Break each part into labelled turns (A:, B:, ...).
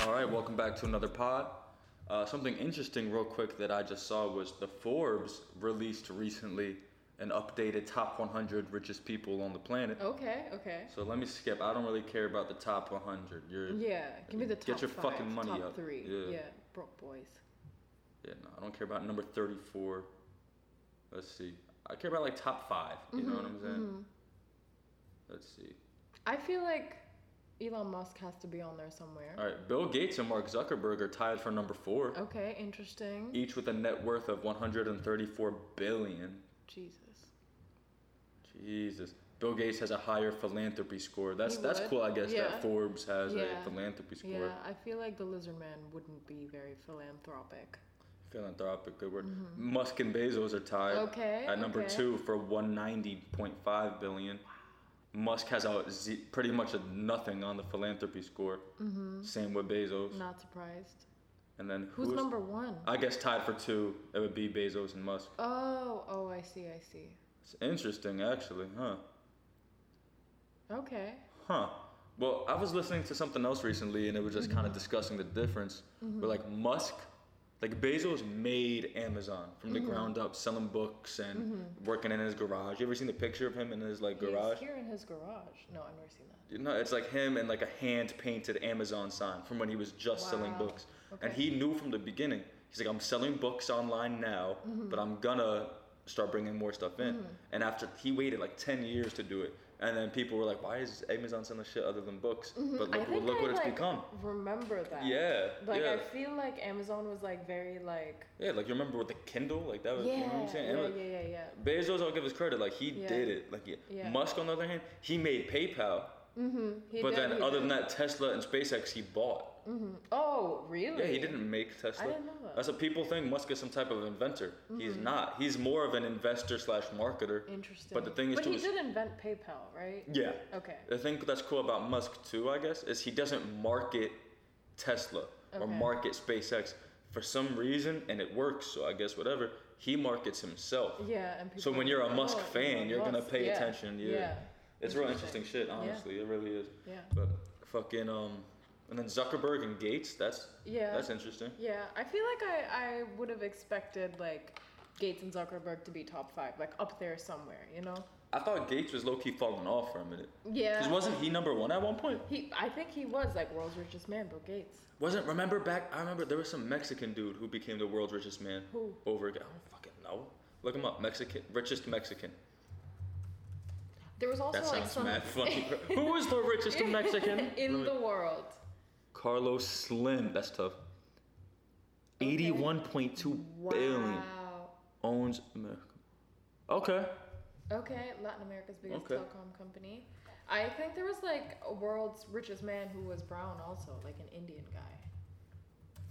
A: All right, welcome back to another pod. Uh, something interesting, real quick, that I just saw was the Forbes released recently an updated top 100 richest people on the planet.
B: Okay, okay.
A: So let me skip. I don't really care about the top 100. You're
B: Yeah, give me the top
A: Get your
B: five,
A: fucking money
B: top
A: up.
B: three.
A: Yeah.
B: broke boys.
A: Yeah, no, I don't care about number 34. Let's see. I care about like top five. You
B: Mm-hmm,
A: know what I'm saying? Let's see.
B: I feel like Elon Musk has to be on there somewhere.
A: All right, Bill Gates and Mark Zuckerberg are tied for number four,
B: Okay, interesting.
A: each with a net worth of 134 billion.
B: Jesus.
A: Jesus. Bill Gates has a higher philanthropy score. That's
B: He
A: that's
B: would.
A: cool, I guess,
B: Yeah.
A: that Forbes has
B: Yeah.
A: a philanthropy score.
B: Yeah, I feel like the lizard man wouldn't be very philanthropic.
A: Philanthropic, good word. Musk and Bezos are tied
B: Mm-hmm. Okay,
A: at number
B: okay.
A: two for 190.5 billion. Musk has a z- pretty much a nothing on the philanthropy score. Same with Bezos.
B: Not surprised.
A: And then
B: Mm-hmm. Who's,
A: who's-
B: number one?
A: I guess tied for two, it would be Bezos and Musk.
B: oh, oh, I see, I see.
A: It's interesting, actually, huh?
B: Okay.
A: Huh. Well, I was listening to something else recently, and it was just kind of discussing the difference. But like Musk, like Bezos made Amazon from the ground up, selling books and working in his garage. You ever seen the picture of him in his like garage?
B: He's here in his garage. No, I've never seen that.
A: You know, it's like him and like a hand painted Amazon sign from when he was just selling
B: Wow.
A: books. And
B: Okay.
A: he knew from the beginning, he's like, I'm selling books online now,
B: Mm-hmm.
A: but I'm gonna start bringing more stuff in. And after he waited like 10 years to do it, and then people were like, why is Amazon selling shit other than books? But
B: Mm-hmm. I
A: look,
B: think
A: look
B: I,
A: what it's
B: like,
A: become.
B: Remember that.
A: Yeah,
B: Like
A: yeah.
B: I feel like Amazon was like very like
A: Yeah, like you remember with the Kindle? Like that was,
B: yeah,
A: you know what I'm saying?
B: yeah,
A: Ama-
B: yeah, yeah, yeah.
A: Bezos, I'll give his credit. Like he
B: Yeah.
A: did it. Like yeah.
B: Yeah.
A: Musk, on the other hand, he made PayPal.
B: Mm-hmm. He
A: but
B: did,
A: then,
B: he
A: other than
B: did.
A: that, Tesla and SpaceX, he bought.
B: oh really?
A: Yeah, he didn't make Tesla.
B: I didn't know Mm-hmm. that.
A: That's what people think. Musk is some type of inventor. He's not. He's more of an investor slash marketer.
B: Interesting.
A: But the thing is,
B: but
A: too,
B: he
A: is-
B: did invent PayPal, right?
A: Yeah.
B: Okay.
A: The thing that's cool about Musk too, I guess, is he doesn't market Tesla or
B: Okay.
A: market SpaceX for some reason, and it works. So I guess whatever he markets himself.
B: Yeah, and people
A: So when you're a
B: oh,
A: Musk
B: Elon
A: fan, you're gonna
B: Musk,
A: pay
B: yeah,
A: attention. Yeah.
B: yeah.
A: It's real
B: Interesting.
A: interesting shit,
B: Yeah.
A: honestly. It really is.
B: Yeah.
A: But fucking um, and then Zuckerberg and Gates. That's
B: Yeah.
A: That's interesting.
B: Yeah, I feel like I, I would have expected like Gates and Zuckerberg to be top five, like up there somewhere, you know?
A: I thought Gates was low key falling off for a minute.
B: Yeah.
A: Cause wasn't he number one at one point?
B: He, I think he was like world's richest man, Bill Gates.
A: Wasn't remember back? I remember there was some Mexican dude who became the world's richest man.
B: Who?
A: Over again. I don't fucking know. Look him up. Mexican richest Mexican.
B: There was also
A: That
B: like
A: sounds
B: some
A: mad funny. who is the richest Mexican?
B: in the world.
A: Carlos Slim. That's tough. Eighty-one point two
B: Wow.
A: billion owns America. Okay.
B: Okay, Latin America's biggest
A: Okay.
B: telecom company. I think there was like a world's richest man who was brown also, like an Indian guy.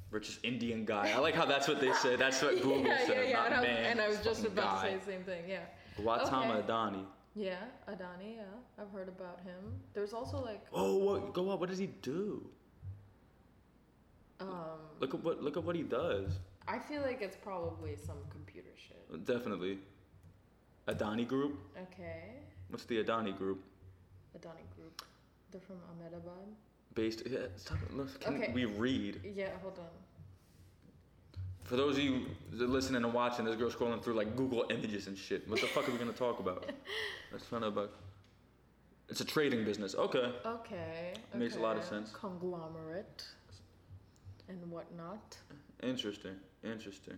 A: Richest Indian guy. I like how that's what they say. That's what Google
B: yeah,
A: said.
B: yeah, yeah.
A: not
B: and, I was,
A: man.
B: and I was just
A: fucking guy.
B: about to say the same thing. Yeah.
A: Gautama
B: Okay.
A: Adani.
B: Yeah, Adani. Yeah, I've heard about him. There's also like
A: Oh, what, go up. What does he do?
B: um,
A: Look at what look at what he does.
B: I feel like it's probably some computer shit.
A: Definitely. Adani Group.
B: Okay,
A: What's the Adani Group?
B: Adani Group. They're from Ahmedabad.
A: Based. Yeah, stop it. Look, Can
B: Okay.
A: we read?
B: Yeah, hold on.
A: For those of you that are listening and watching, this girl scrolling through like Google Images and shit. What the fuck are we gonna talk about? Let's find out about. It's a trading business. Okay.
B: Okay.
A: Makes a lot of
B: okay.
A: sense.
B: Conglomerate and whatnot.
A: Interesting. Interesting.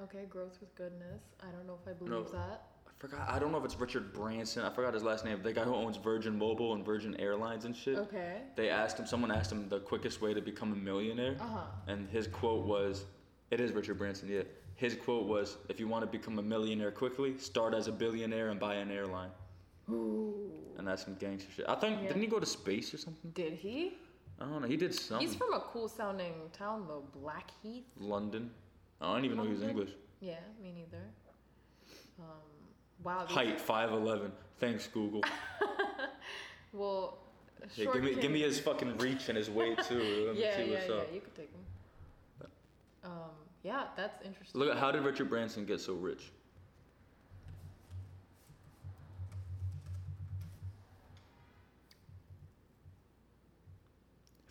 B: Okay, growth with goodness. I don't know if I believe
A: No.
B: that.
A: I forgot. I don't know if it's Richard Branson. I forgot his last name. The guy who owns Virgin Mobile and Virgin Airlines and shit.
B: Okay.
A: They asked him. Someone asked him the quickest way to become a millionaire.
B: Uh-huh.
A: And his quote was, "It is Richard Branson." Yeah. His quote was, "If you want to become a millionaire quickly, start as a billionaire and buy an airline."
B: Ooh.
A: And that's some gangster shit. I think
B: Yeah.
A: didn't he go to space or something?
B: Did he?
A: I don't know. He did something.
B: He's from a cool sounding town though, Blackheath.
A: London. I don't even know he was
B: London?
A: English.
B: Yeah, me neither. Um, wow. these-
A: Height five eleven. Thanks Google.
B: Well,
A: Hey,
B: short
A: give me give
B: king-
A: me his fucking reach and his weight too. Let me
B: Yeah,
A: see
B: yeah,
A: what's
B: yeah.
A: up.
B: You could take him. Um, yeah, that's interesting.
A: Look at how did Richard Branson get so rich?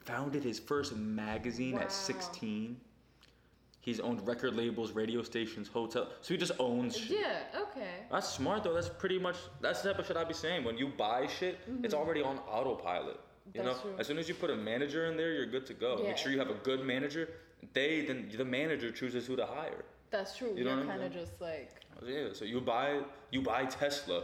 A: founded his first magazine
B: Wow.
A: at 16. He's owned record labels, radio stations, hotel. So he just owns shit.
B: Yeah. Okay.
A: That's smart though. That's pretty much that's the type of shit I be saying. When you buy shit, it's already on autopilot. You
B: Mm-hmm. That's
A: know,
B: true.
A: as soon as you put a manager in there, you're good to go.
B: Yeah.
A: Make sure you have a good manager. They then the manager chooses who to hire.
B: That's true.
A: You know
B: You're
A: what I'm
B: kind of
A: saying?
B: just like
A: Yeah, so you buy you buy Tesla.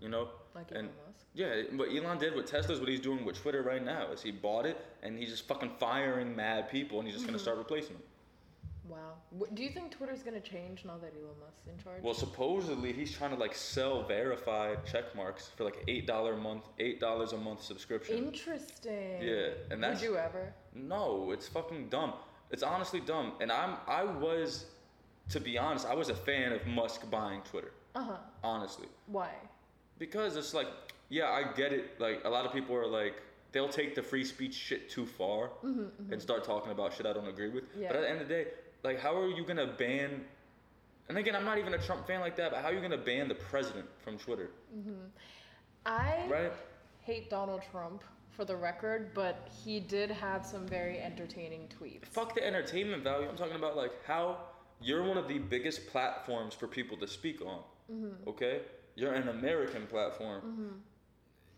A: You know,
B: like
A: and
B: Elon Musk.
A: yeah, what Elon did with Tesla is what he's doing with Twitter right now. Is he bought it and he's just fucking firing mad people and he's just gonna start replacing them.
B: Wow. Wh- Do you think Twitter's gonna change now that Elon Musk's in charge?
A: Well, supposedly he's trying to like sell verified check marks for like eight dollar a month, eight dollars a month subscription.
B: Interesting.
A: Yeah, and that's-
B: Would you ever?
A: No, it's fucking dumb. It's honestly dumb. And I'm I was to be honest, I was a fan of Musk buying Twitter.
B: Uh huh.
A: Honestly.
B: Why?
A: Because it's like, yeah, I get it. Like a lot of people are like they'll take the free speech shit too far and start talking about shit I don't agree with.
B: Yeah.
A: But at the end of the day, like how are you gonna ban and again, I'm not even a Trump fan like that, but how are you gonna ban the president from Twitter?
B: I
A: Right?
B: hate Donald Trump for the record, but he did have some very entertaining tweets.
A: Fuck the entertainment value. I'm talking about like how you're one of the biggest platforms for people to speak on.
B: Mm-hmm.
A: Okay, you're an American platform.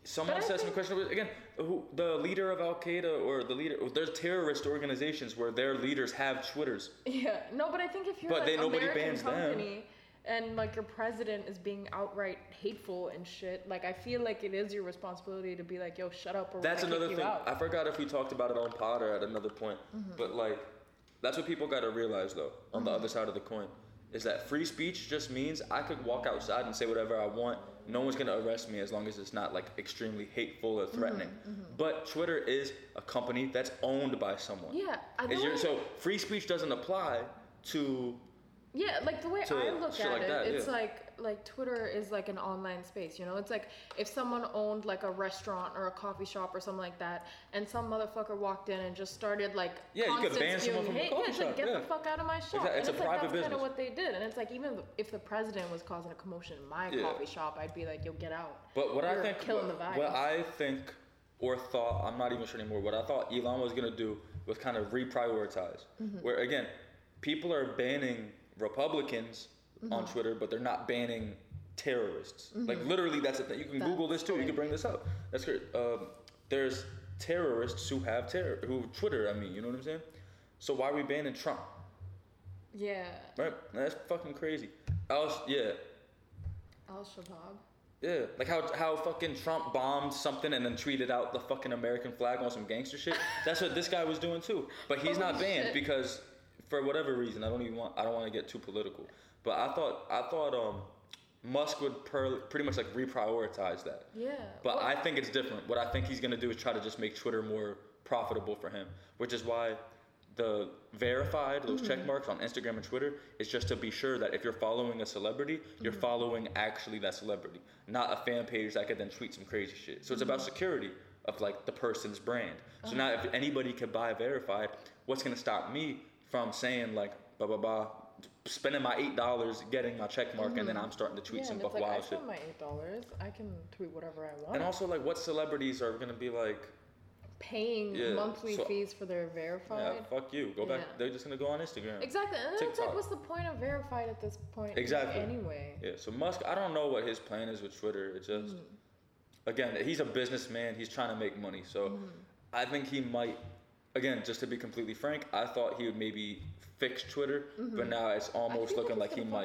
A: Someone
B: But I
A: says some
B: think-
A: question again. Who, the leader of Al Qaeda or the leader? There's terrorist organizations where their leaders have Twitters.
B: Yeah. No, but I think if you're
A: But
B: an
A: they- nobody
B: American
A: bans them.
B: company and like your president is being outright hateful and shit, like I feel like it is your responsibility to be like, yo, shut up or we're
A: That's
B: gonna
A: another
B: kick
A: thing.
B: You out. Mm-hmm.
A: I forgot if we talked about it on pod or at another point. But like, that's what people got to realize though. On the other side of the coin, is that free speech just means I could walk outside and say whatever I want. No one's gonna arrest me as long as it's not like extremely hateful
B: Mm-hmm,
A: or threatening. But Twitter is a company that's owned by someone.
B: Yeah, I
A: Is your,
B: don't-
A: so free speech doesn't apply to
B: Yeah, like the way
A: to
B: I look
A: shit
B: at
A: like
B: it,
A: that,
B: it's
A: yeah.
B: like like Twitter is like an online space, you know? It's like if someone owned like a restaurant or a coffee shop or something like that and some motherfucker walked in and just started like
A: Yeah, you could
B: constant
A: ban someone
B: spewing
A: from a
B: hate.
A: coffee
B: yeah, it's like
A: shop,
B: get the
A: yeah.
B: fuck out of my shop.
A: Exactly,
B: And
A: it's a
B: like
A: private
B: that's kinda
A: business.
B: what they did. And it's like even if the president was causing a commotion in my
A: Yeah.
B: coffee shop, I'd be like, Yo, get out.
A: But what I
B: You're
A: think,
B: killing
A: what,
B: the vibe.
A: what I think, or thought, I'm not even sure anymore. What I thought Elon was gonna do was kind of reprioritize.
B: Mm-hmm.
A: Where again, people are banning Republicans on
B: Mm-hmm.
A: Twitter, but they're not banning terrorists. Like literally, that's the thing. You can Google this too. You can bring this up. That's great. Um, there's terrorists who have terror, who Twitter. I mean, you know what I'm saying. So why are we banning Trump?
B: yeah.
A: Right? That's fucking crazy. Else, yeah.
B: Al Shabaab.
A: Yeah, like how how fucking Trump bombed something and then tweeted out the fucking American flag on some gangster shit. That's what this guy was doing too. But he's not
B: Holy
A: banned
B: shit.
A: because for whatever reason, I don't even want I don't want to get too political. But I thought I thought um Musk would per, pretty much like reprioritize that.
B: Yeah.
A: But
B: well,
A: I think it's different. What I think he's gonna do is try to just make Twitter more profitable for him, which is why the verified those
B: Mm-hmm.
A: check marks on Instagram and Twitter is just to be sure that if you're following a celebrity, you're
B: Mm-hmm.
A: following actually that celebrity, not a fan page that could then tweet some crazy shit. So it's about
B: Mm-hmm.
A: security of like the person's brand. So
B: Uh-huh.
A: now if anybody could buy verified, what's gonna stop me from saying like blah blah blah, spending my eight dollars getting my check mark, and then I'm starting to tweet
B: Mm-hmm. yeah,
A: some fuck
B: and it's like I
A: wild shit.
B: spent my eight dollars. I can tweet whatever I want.
A: And also, like, what celebrities are gonna be like,
B: paying
A: Yeah,
B: monthly
A: so-
B: fees for their
A: yeah,
B: verified.
A: fuck you, go back.
B: Yeah.
A: They're just gonna go on Instagram.
B: Exactly. And then it's
A: TikTok.
B: like, what's the point of verified at this point?
A: Exactly.
B: Anyway.
A: Yeah. So Musk, I don't know what his plan is with Twitter. It's just,
B: Mm-hmm.
A: again, he's a businessman. He's trying to make money. So, I think he might. Again, just to be completely frank, I thought he would maybe fix Twitter, but now it's almost
B: feel
A: looking
B: like
A: like
B: Mm-hmm.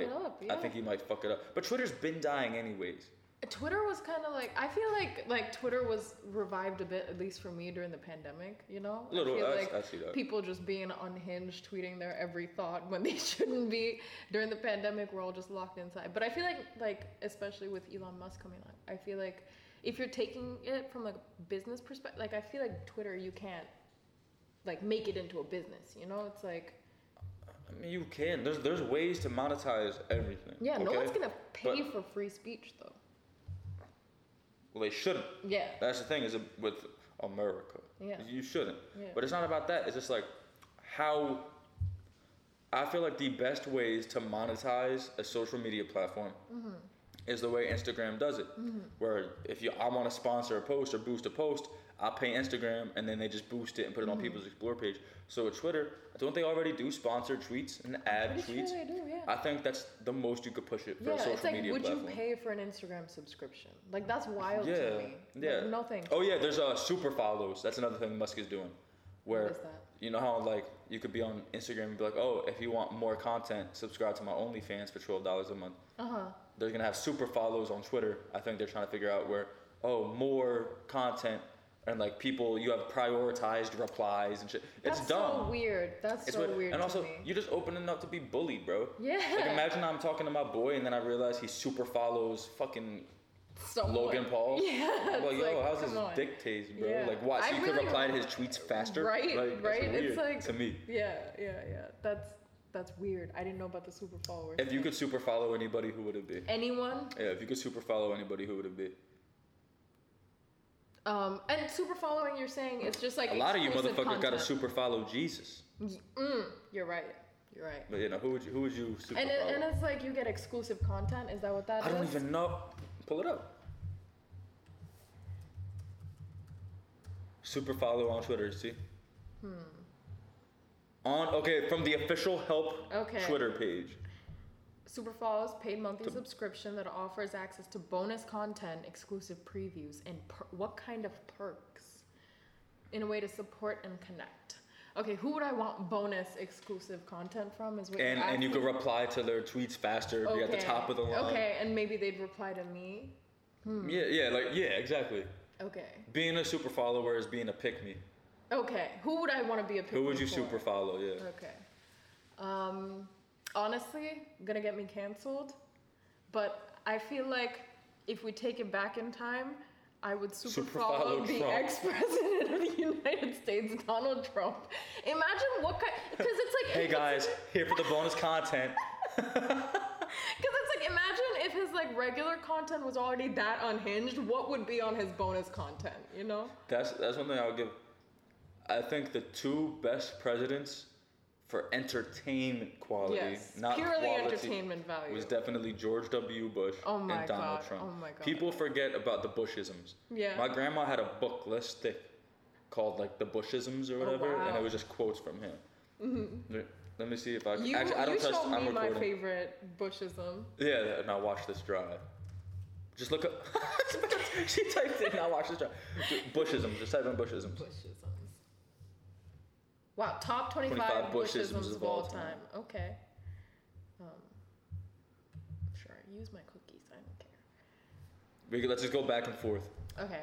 A: he might.
B: he's gonna fuck it up,
A: I think he might fuck it up. But Twitter's been dying anyways.
B: Twitter was kind of like I feel like like Twitter was revived a bit at least for me during the pandemic. You know,
A: Little,
B: I feel
A: I-
B: like
A: I see that.
B: people just being unhinged, tweeting their every thought when they shouldn't be. During the pandemic, we're all just locked inside. But I feel like like especially with Elon Musk coming on, I feel like if you're taking it from like a business perspective, like I feel like Twitter, you can't like make it into a business. You know, it's like
A: I mean, you can. There's there's ways to monetize everything.
B: yeah, no
A: okay?
B: one's gonna pay
A: But-
B: for free speech though.
A: Well, they shouldn't.
B: Yeah,
A: That's the thing is with America.
B: Yeah.
A: You shouldn't.
B: Yeah.
A: But it's not about that. It's just like how
B: Mm-hmm.
A: I feel like the best ways to monetize a social media platform is the way Instagram does it. Where if you I want to sponsor a post or boost a post, I pay Instagram and then they just boost it and put it
B: Mm-hmm.
A: on people's explore page. So with Twitter, don't they already do sponsored tweets and ad
B: Pretty
A: tweets?
B: sure they do, yeah.
A: I think that's the most you could push it for a
B: yeah,
A: social
B: it's like,
A: media
B: would
A: platform.
B: you pay for an Instagram subscription? Like that's wild
A: yeah,
B: to me.
A: yeah.
B: Like, no thanks.
A: Oh yeah, there's uh, super follows. That's another thing Musk is doing, where
B: is that?
A: you know how like you could be on Instagram and be like, oh, if you want more content, subscribe to my OnlyFans for twelve dollars a month.
B: Uh huh.
A: They're gonna have super follows on Twitter. I think they're trying to figure out where oh more content and like people you have prioritized replies and shit.
B: That's
A: it's dumb.
B: so weird. That's
A: It's
B: so
A: what-
B: weird.
A: and
B: to
A: also
B: me.
A: you're just opening up to be bullied, bro.
B: yeah.
A: Like imagine I'm talking to my boy and then I realize he super follows fucking
B: Someone.
A: Logan Paul.
B: Yeah.
A: I'm like,
B: it's
A: yo,
B: like,
A: how's this
B: come on.
A: dictates, bro?
B: Yeah.
A: Like, why? So
B: I
A: you could
B: really-
A: reply to his tweets faster?
B: Right,
A: Like, that's
B: right, it's
A: weird
B: like-
A: to me.
B: Yeah, yeah, yeah. That's that's weird. I didn't know about the super followers.
A: If you could super follow anybody, who would it be?
B: Anyone,
A: Yeah, if you could super follow anybody, who would it be?
B: um, and super following, you're saying it's just like
A: A lot of you
B: exclusive
A: motherfuckers gotta
B: content.
A: super follow Jesus.
B: Mm, you're right. You're right.
A: But you know, who would you, who would you super
B: And it,
A: follow?
B: and it's like you get exclusive content. Is that what that is?
A: I don't even know. Pull it up. Super follow on Twitter. See.
B: Hmm.
A: On okay from the official help
B: Okay.
A: Twitter page.
B: Super follows paid monthly
A: To-
B: subscription that offers access to bonus content, exclusive previews, and per- what kind of perks? In a way to support and connect. Okay, who would I want bonus exclusive content from? Is what
A: And
B: you're
A: and you
B: asking?
A: could reply to their tweets faster. Be at the top of the line.
B: Okay, and maybe they'd reply to me.
A: Yeah, yeah, like yeah, exactly.
B: Okay.
A: Being a super follower is being a pick me.
B: Okay. Who would I want to be a pick
A: Who would
B: me
A: you
B: for?
A: super follow? Yeah.
B: Okay. Um, honestly, gonna get me canceled, but I feel like if we take it back in time, I would super,
A: Super
B: follow,
A: follow
B: the
A: Trump.
B: ex-president of the United States, Donald Trump. Imagine what kind, because it's like
A: Hey guys, here for the bonus content.
B: Because it's like, imagine if his like regular content was already that unhinged, what would be on his bonus content? You know?
A: That's that's one thing I would give. I think the two best presidents for entertainment quality,
B: yes.
A: not
B: Purely
A: quality,
B: entertainment value.
A: was definitely George W. Bush
B: Oh my
A: and Donald
B: God,
A: Trump.
B: oh my God.
A: People forget about the Bushisms.
B: Yeah.
A: My grandma had a book less thick called like the Bushisms or whatever, and
B: Oh, wow. Mm-hmm.
A: it was just quotes from him. Let- Let me see if I can.
B: you
A: Actually, I don't
B: you
A: trust.
B: showed me
A: I'm
B: my
A: recording.
B: favorite Bushism.
A: Yeah, and I watched this drive. Just look up. she typed in, I watched this drive. Bushism, just type in Bushism.
B: Bushisms. Wow, top 25,
A: 25
B: Bushisms,
A: Bushisms
B: of all time. Okay. Um, sure, use my cookies. I don't
A: We could, let's just go back and forth.
B: care. Okay.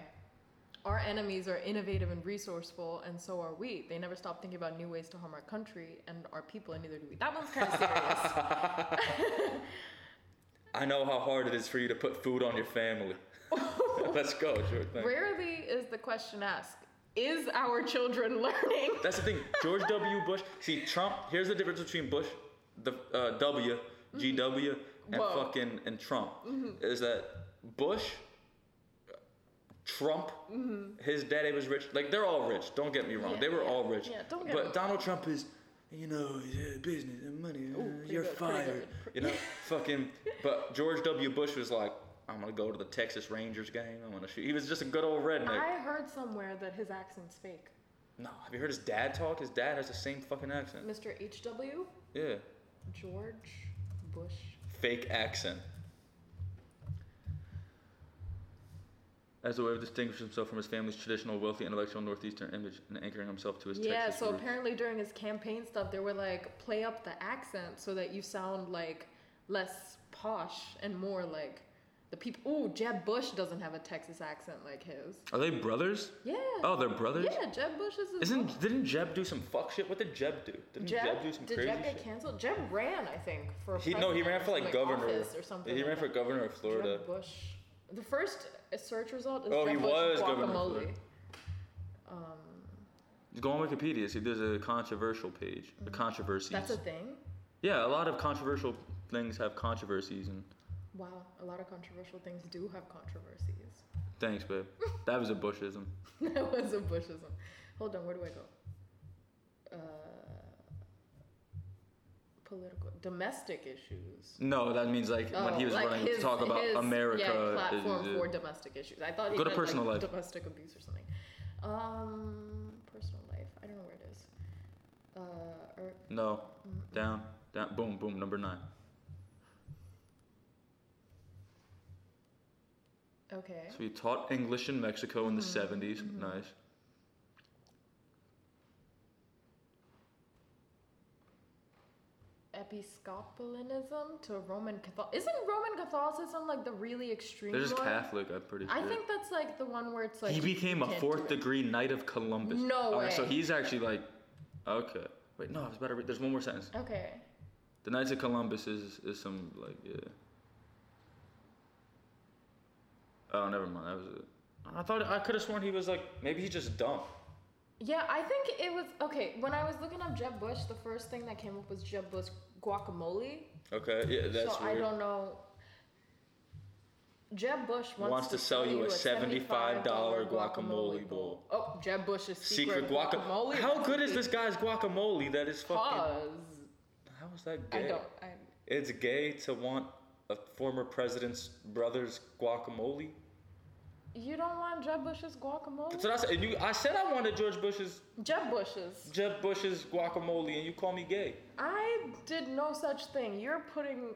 B: Our enemies are innovative and resourceful, and so are we. They never stop thinking about new ways to harm our country and our people, and neither do we. That one's kind of serious.
A: I know how hard it is for you to put food on your family. let's go, George. thank you.
B: Rarely is the question asked Is our children learning?
A: That's the thing. George W. Bush. See, Trump. Here's the difference between Bush, the uh, W, GW, and
B: Mm-hmm. Whoa. Mm-hmm.
A: fucking and Trump. Is that Bush, Trump, his daddy was rich. Like they're all rich. Don't get me wrong.
B: Mm-hmm. Yeah,
A: they were
B: yeah,
A: all rich.
B: yeah, don't get
A: but
B: me-
A: Donald Trump is. You know, yeah, business and money. uh,
B: pretty
A: you're
B: good, pretty
A: fired.
B: good.
A: You know, fucking. But George W. Bush was like, I'm gonna go to the Texas Rangers game. I'm gonna shoot. He was just a good old redneck.
B: I heard somewhere that his accent's fake.
A: No, have you heard his dad talk? His dad has the same fucking accent.
B: Mr. HW?
A: Yeah.
B: George Bush.
A: Fake accent. As a way of distinguishing himself from his family's traditional wealthy intellectual Northeastern image and anchoring himself to his
B: Yeah,
A: Texas
B: so
A: roots.
B: apparently during his campaign stuff, they were like, play up the accent so that you sound like less posh and more like the people. Ooh, Jeb Bush doesn't have a Texas accent like his.
A: Are they brothers?
B: Yeah.
A: Oh, they're brothers?
B: Yeah, Jeb Bush is. his mom.
A: Isn't didn't Jeb do some fuck shit? What did Jeb do? Didn't Jeb,
B: Jeb?
A: do some
B: did
A: crazy
B: Jeb get
A: shit?
B: canceled? Jeb ran, I think, for.
A: He no, he
B: president
A: ran
B: or
A: for like
B: something,
A: governor.
B: office or something.
A: He
B: like
A: ran for
B: that.
A: governor of Florida.
B: Jeb Bush. The first search result is
A: Oh,
B: Jeb
A: he
B: Bush
A: was governor of
B: guacamole. Um,
A: Florida. Go on Wikipedia. See, there's a controversial page. The controversies.
B: Mm-hmm. That's a thing.
A: yeah, a lot of controversial things have controversies and.
B: Wow, a lot of controversial things do have controversies.
A: Thanks, babe. That was a Bushism.
B: that was a Bushism. Hold on, where do I go? Uh, political domestic issues.
A: No, that means like when he was
B: Oh, like
A: running
B: his-
A: to talk about
B: his,
A: America.
B: Yeah,
A: uh,
B: platform
A: uh,
B: for domestic issues. I thought he
A: Go to
B: meant,
A: personal
B: like,
A: life.
B: domestic abuse or something. Um, personal life. I don't know where it is. Uh, or,
A: no,
B: mm,
A: down, down, boom, boom, number nine.
B: okay.
A: So he taught English in Mexico in the
B: Mhm,
A: 70s.
B: mhm.
A: Nice.
B: Episcopalianism to Roman Catholic. Isn't Roman Catholicism like the really extreme
A: They're just
B: one?
A: Catholic, I'm pretty sure.
B: I think that's like the one where it's like
A: he became a
B: can't do
A: fourth
B: it.
A: degree Knight of Columbus.
B: No
A: Alright, So
B: way.
A: he's actually like, okay. Wait, no, I was about to read. There's one more sentence.
B: Okay.
A: The Knights of Columbus is is some like yeah. Oh, never mind. That was it. I thought I could have sworn he was like maybe he's just dumb.
B: Yeah, I think it was okay. When I was looking up Jeb Bush, the first thing that came up was Jeb Bush guacamole.
A: Okay, yeah, that's
B: so I
A: weird.
B: don't know. Jeb Bush wants,
A: Wants to sell you a
B: $75
A: $75 guacamole bowl.
B: Oh, Jeb Bush's secret,
A: Secret guaca-
B: guacamole.
A: How good is
B: recipe.
A: this guy's guacamole? That is fucking.
B: Pause.
A: How is that
B: I
A: gay?
B: don't. I,
A: It's gay to want a former president's brother's guacamole.
B: you don't want Jeb Bush's guacamole.
A: That's what I said. And you, I said I wanted George Bush's,
B: Jeb Bush's.
A: Jeb Bush's guacamole, and you call me gay.
B: I did no such thing. You're putting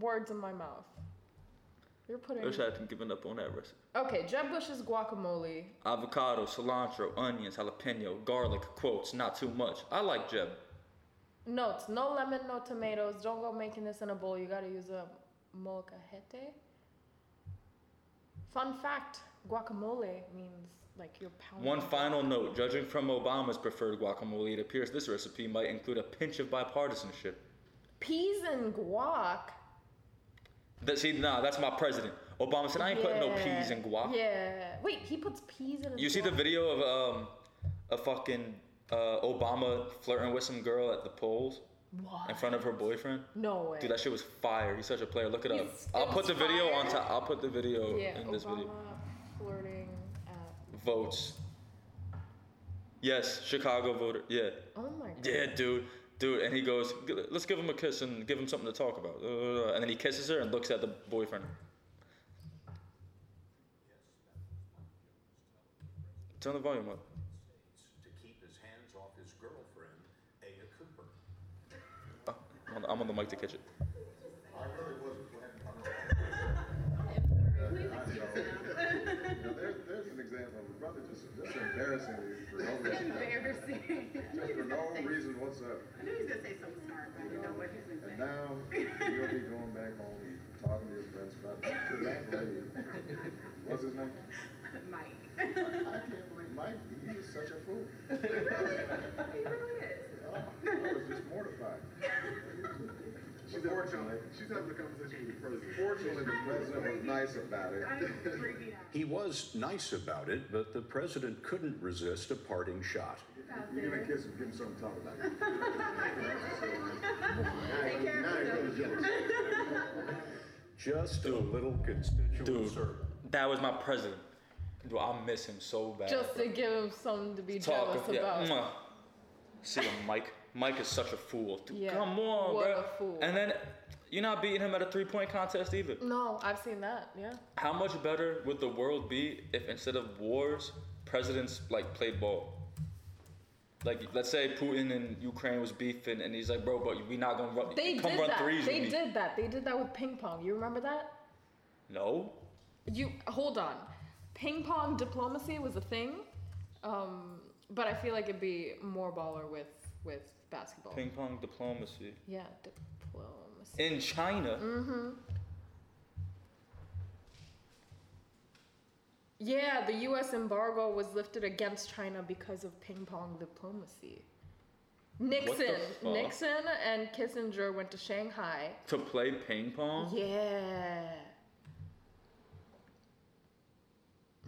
B: words in my mouth. You're
A: I
B: putting.
A: wish I hadn't given up on that recipe.
B: Okay, Jeb Bush's guacamole.
A: Avocado, cilantro, onions, jalapeno, garlic, quotes, not too much. I like Jeb.
B: Notes: No lemon, no tomatoes. Don't go making this in a bowl. You gotta use a molcajete. Fun fact: Guacamole means like you're pounding.
A: One final note judging from Obama's preferred guacamole, it appears this recipe might include a pinch of bipartisanship.
B: Peas and guac.
A: That, see, nah, that's my president. Obama said, I ain't putting no peas in guac.
B: Yeah. Wait, he puts peas in. His
A: You see the
B: guac?
A: video of um, a fucking uh, Obama flirting with some girl at the polls
B: What?
A: in front of her boyfriend?
B: No way.
A: Dude, that shit was fire. He's such a player. Look it up.
B: He's-
A: I'll
B: it
A: put
B: was
A: the video
B: fire?
A: on top. I'll put the video
B: yeah,
A: in this
B: Obama
A: video.
B: flirting at.
A: Votes. Yes, Chicago voter. Yeah.
B: Oh my god.
A: Yeah, dude. Dude, and he goes, "G- let's give him a kiss and give him something to talk about. Uh, And then he kisses her and looks at the boyfriend. Turn the volume up.
C: to keep his hands off his girlfriend, Aya Cooper.
A: Oh, I'm on the- I'm on the mic to catch it.
C: I really wasn't planning on it.
D: Now, there, there's an example of a brother just, just embarrassing you for no reason.
E: embarrassing.
D: Just for no reason whatsoever.
E: I knew he was gonna say something smart, but I didn't know what he was gonna
D: And
E: say.
D: now you'll be going back home and talking to your friends about that lady. What's his name?
E: Mike.
D: I can't believe Mike, you is such a fool.
E: He really is.
D: Oh, I was just mortified. She's fortunately, she's having a conversation with the president. Fortunately, the president was nice about it.
E: I'm freaking out.
C: He was nice about it, but the president couldn't resist a parting shot.
D: You're gonna kiss him, give him something to talk about.
E: Take care of
D: Now you're
E: yourself.
D: really jealous.
C: Just a little constituent
A: Dude.
C: service.
A: That was my president. Dude, I miss him so bad.
B: Just to give him something to be
A: Talk
B: jealous
A: of, yeah.
B: about.
A: mwah. See him, Mike. Mike is such a fool. Dude,
B: Yeah,
A: Come on,
B: what
A: bro.
B: a fool.
A: And then you're not beating him at a three-point contest either.
B: No, I've seen that. Yeah.
A: How much better would the world be if instead of wars, presidents like played ball? Like, let's say Putin and Ukraine was beefing, and he's like, "Bro, but we not gonna run.
B: They
A: come
B: did
A: run
B: that.
A: threes
B: They
A: with me."
B: did that. They did that with ping pong. You remember that?
A: No,
B: You hold on. Ping pong diplomacy was a thing, um, but I feel like it'd be more baller with with basketball.
A: ping pong diplomacy
B: Yeah, diplomacy.
A: in China.
B: Yeah, the U.S. embargo was lifted against China because of ping pong diplomacy. Nixon,
A: fuck?
B: Nixon, and Kissinger went to Shanghai.
A: to play ping pong.
B: Yeah.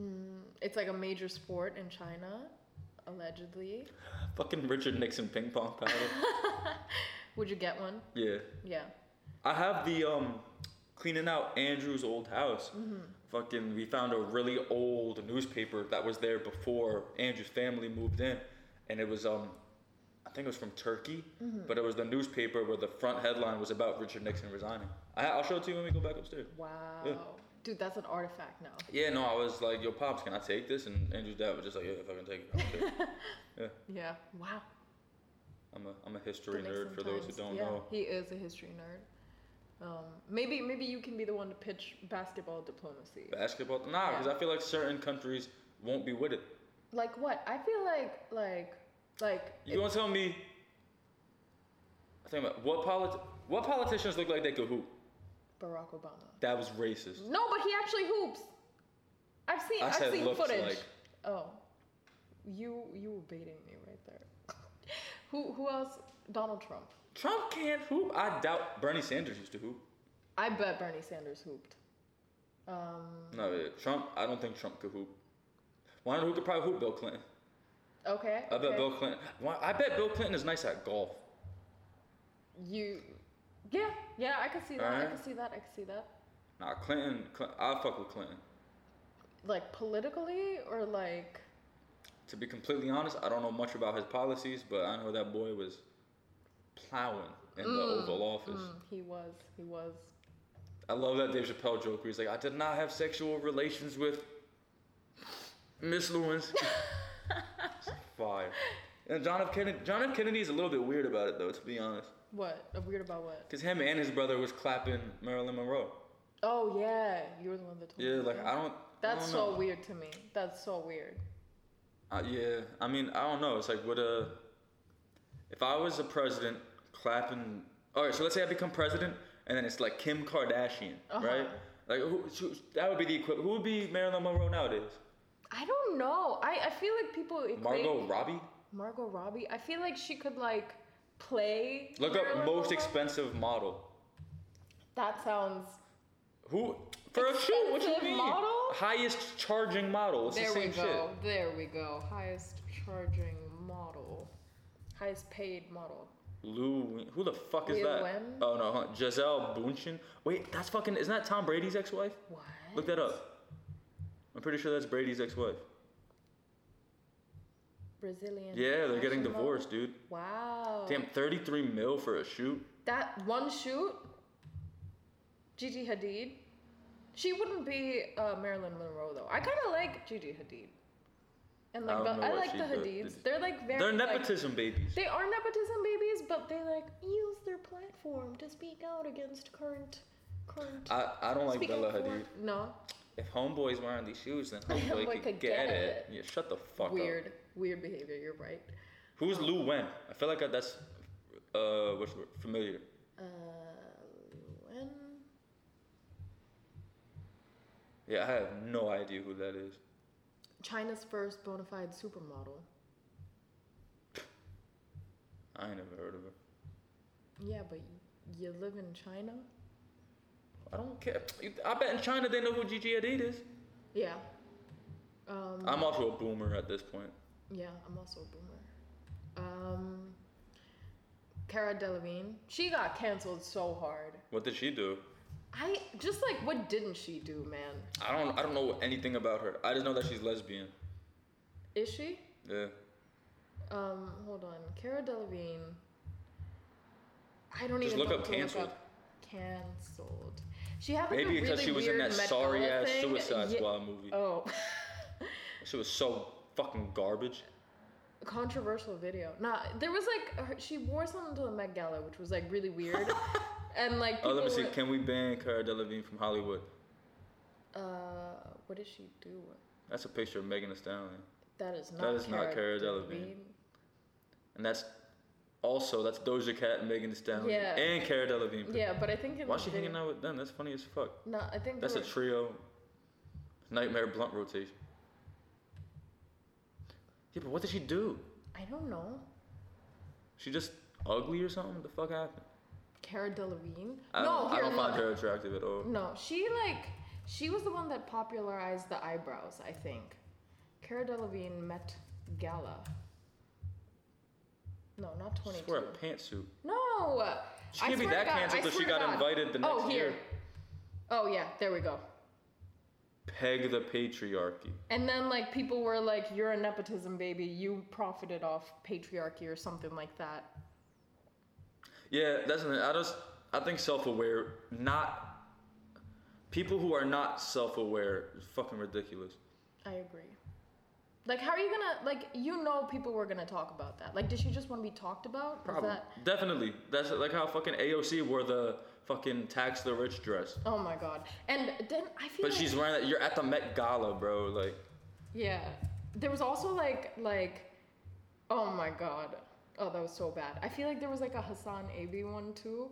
B: Mm, it's like a major sport in China, allegedly.
A: Fucking Richard Nixon ping pong paddle.
B: Would you get one?
A: yeah,
B: Yeah.
A: I have the um cleaning out Andrew's old house.
B: Mm-hmm.
A: Fucking, we found a really old newspaper that was there before Andrew's family moved in, and it was um I think it was from Turkey,
B: Mm-hmm.
A: but it was the newspaper where the front headline was about Richard Nixon resigning. I, I'll show it to you when we go back upstairs.
B: Wow. Dude, that's an artifact now.
A: Yeah, no, I was like, yo, Pops, can I take this? And Andrew's dad was just like, yeah, if I can take it. I don't care.
B: Yeah. Wow.
A: I'm a, I'm a history
B: That makes
A: nerd for those who
B: sometimes-
A: don't
B: yeah,
A: know.
B: He is a history nerd. Um, maybe maybe you can be the one to pitch basketball diplomacy.
A: Basketball? Nah, because
B: Yeah.
A: I feel like certain countries won't be with it.
B: Like what? I feel like like like
A: You gonna tell me? I think about what polit- what politicians look like they could hoop.
B: Barack Obama.
A: That was racist.
B: No, but he actually hoops. I've seen
A: I
B: I've
A: said
B: seen
A: looks
B: footage.
A: like.
B: Oh, you you were baiting me right there. who who else? Donald Trump.
A: Trump can't hoop. I doubt Bernie Sanders used to hoop.
B: I bet Bernie Sanders hooped. Um,
A: No, yeah, Trump. I don't think Trump could hoop. Why who could probably hoop? Bill Clinton.
B: okay.
A: I bet
B: okay.
A: Bill Clinton. Why, I bet Bill Clinton is nice at golf.
B: You. Yeah, yeah, I could see that. I
A: Alright.
B: could see that. I could see that.
A: Nah, Clinton. Cl- I fuck with Clinton.
B: Like politically or like.
A: To be completely honest, I don't know much about his policies, but I know that boy was plowing in the Oval Office.
B: Mm, he was. He was.
A: I love that Dave Chappelle joke where he's like, I did not have sexual relations with Miss Lewis. It's Fire. And John F. Kennedy, John F. Kennedy is a little bit weird about it though, to be honest,
B: What? Weird about what?
A: because him and his brother was clapping Marilyn Monroe.
B: Oh, yeah. You were the one that told
A: Yeah,
B: me.
A: like I don't.
B: That's
A: I don't
B: so
A: know.
B: weird to me. That's so weird.
A: Uh, yeah, I mean, I don't know. It's like, what a. If I was a president clapping. All right, so let's say I become president, and then it's like Kim Kardashian,
B: Uh-huh.
A: right? Like, who, who, that would be the equivalent. Who would be Marilyn Monroe nowadays?
B: I don't know. I, I feel like people equate
A: Margot Robbie?
B: Margot Robbie. I feel like she could like play.
A: Look up most
B: Marilyn Monroe.
A: expensive model.
B: That sounds.
A: Who for a show? What you
B: Expensive
A: mean?
B: model?
A: Highest charging model. It's
B: there
A: the
B: we
A: same
B: go. There we go. Highest charging model. Highest paid model.
A: shit. Lou, who the fuck is
B: Lil
A: that?
B: Wen?
A: Oh no, huh? Giselle Bundchen. Wait, that's fucking. Isn't that Tom Brady's ex-wife?
B: What?
A: Look that up. I'm pretty sure that's Brady's ex-wife.
B: Brazilian.
A: Yeah, they're getting
B: fashion model.
A: divorced, dude.
B: Wow.
A: Damn, 33 mil for a shoot.
B: That one shoot. Gigi Hadid. She wouldn't be uh, Marilyn Monroe though. I kind of like Gigi Hadid. And
A: I don't
B: like the,
A: know
B: I
A: what
B: like
A: she
B: the
A: does.
B: Hadids. They're like very.
A: They're
B: like-
A: nepotism babies.
B: They are nepotism babies, but they like use their platform to speak out against current, current.
A: I, I don't like
B: speak out
A: Bella
B: for-
A: Hadid.
B: No,
A: If Homeboy's wearing these shoes, then Homeboy
B: Homeboy
A: could,
B: could
A: get,
B: get
A: it. Yeah, shut the fuck up.
B: weird, weird behavior. You're right.
A: Who's Lou Wen? I feel like that's uh what's the word? familiar.
B: Uh, and
A: Yeah, I have no idea who that is.
B: China's first bona fide supermodel.
A: I ain't never heard of her.
B: Yeah, but y- you live in China.
A: I don't care. You- I bet in China they know who Gigi Hadid is.
B: Yeah. Um,
A: I'm also a boomer at this point.
B: yeah, I'm also a boomer. Um, Cara Delevingne, she got canceled so hard.
A: What did she do?
B: I just like, what didn't she do, man?
A: I don't I don't know anything about her. I just know that she's lesbian.
B: Is she?
A: Yeah.
B: Um, hold on. Cara Delevingne. I don't
A: Just
B: even
A: look
B: know
A: up
B: what to
A: canceled.
B: Canceled. She had like
A: Maybe
B: a
A: because
B: really
A: she was in
B: weird
A: that
B: Met
A: sorry
B: Gala
A: ass
B: thing.
A: Suicide
B: Ye-
A: Squad movie.
B: Oh,
A: She was so fucking garbage.
B: controversial video. Nah, there was like her, she wore something to the Met Gala, which was like really weird, and like
A: Oh,
B: people
A: let me see.
B: were-
A: Can we ban Cara Delevingne from Hollywood?
B: uh, what did she do?
A: That's a picture of Megan Thee Stallion.
B: That is not.
A: is not Cara Delevingne. And that's also that's Doja Cat, Megan Thee Stallion,
B: Yeah.
A: and Cara Delevingne.
B: Yeah, but I think in
A: Why
B: the
A: she hanging
B: video-
A: out with them? That's funny as fuck.
B: No, I think
A: That's
B: they
A: a
B: were-
A: trio. Nightmare blunt rotation. Yeah, but what did she do?
B: I don't know.
A: She just ugly or something? The fuck happened?
B: Cara Delevingne.
A: I
B: no,
A: don't, I
B: here,
A: don't find
B: look.
A: her attractive at all.
B: No, she like she was the one that popularized the eyebrows, I think. Cara Delevingne met Gala. No, not
A: She
B: 22.
A: wore a pantsuit.
B: No. uh,
A: She can't be
B: swear
A: that
B: to God, I
A: canceled 'cause she
B: swear to
A: got
B: God.
A: invited the
B: oh,
A: next
B: here.
A: year.
B: Oh yeah, there we go.
A: peg the patriarchy.
B: And then like people were like, "You're a nepotism baby. You profited off patriarchy or something like that."
A: Yeah, that's an, I just I think self-aware, not people who are not self-aware, is fucking ridiculous.
B: I agree. Like, how are you gonna like? You know, people were gonna talk about that. Like, did she just want to be talked about? Is
A: Probably.
B: that?
A: Definitely. That's like how fucking AOC wore the fucking tax the rich dress.
B: Oh my god. And then I feel.
A: But
B: like,
A: she's wearing that. You're at the Met Gala, bro. Like,
B: Yeah. There was also like like oh my god. Oh, that was so bad. I feel like there was like a Hassan AB one too.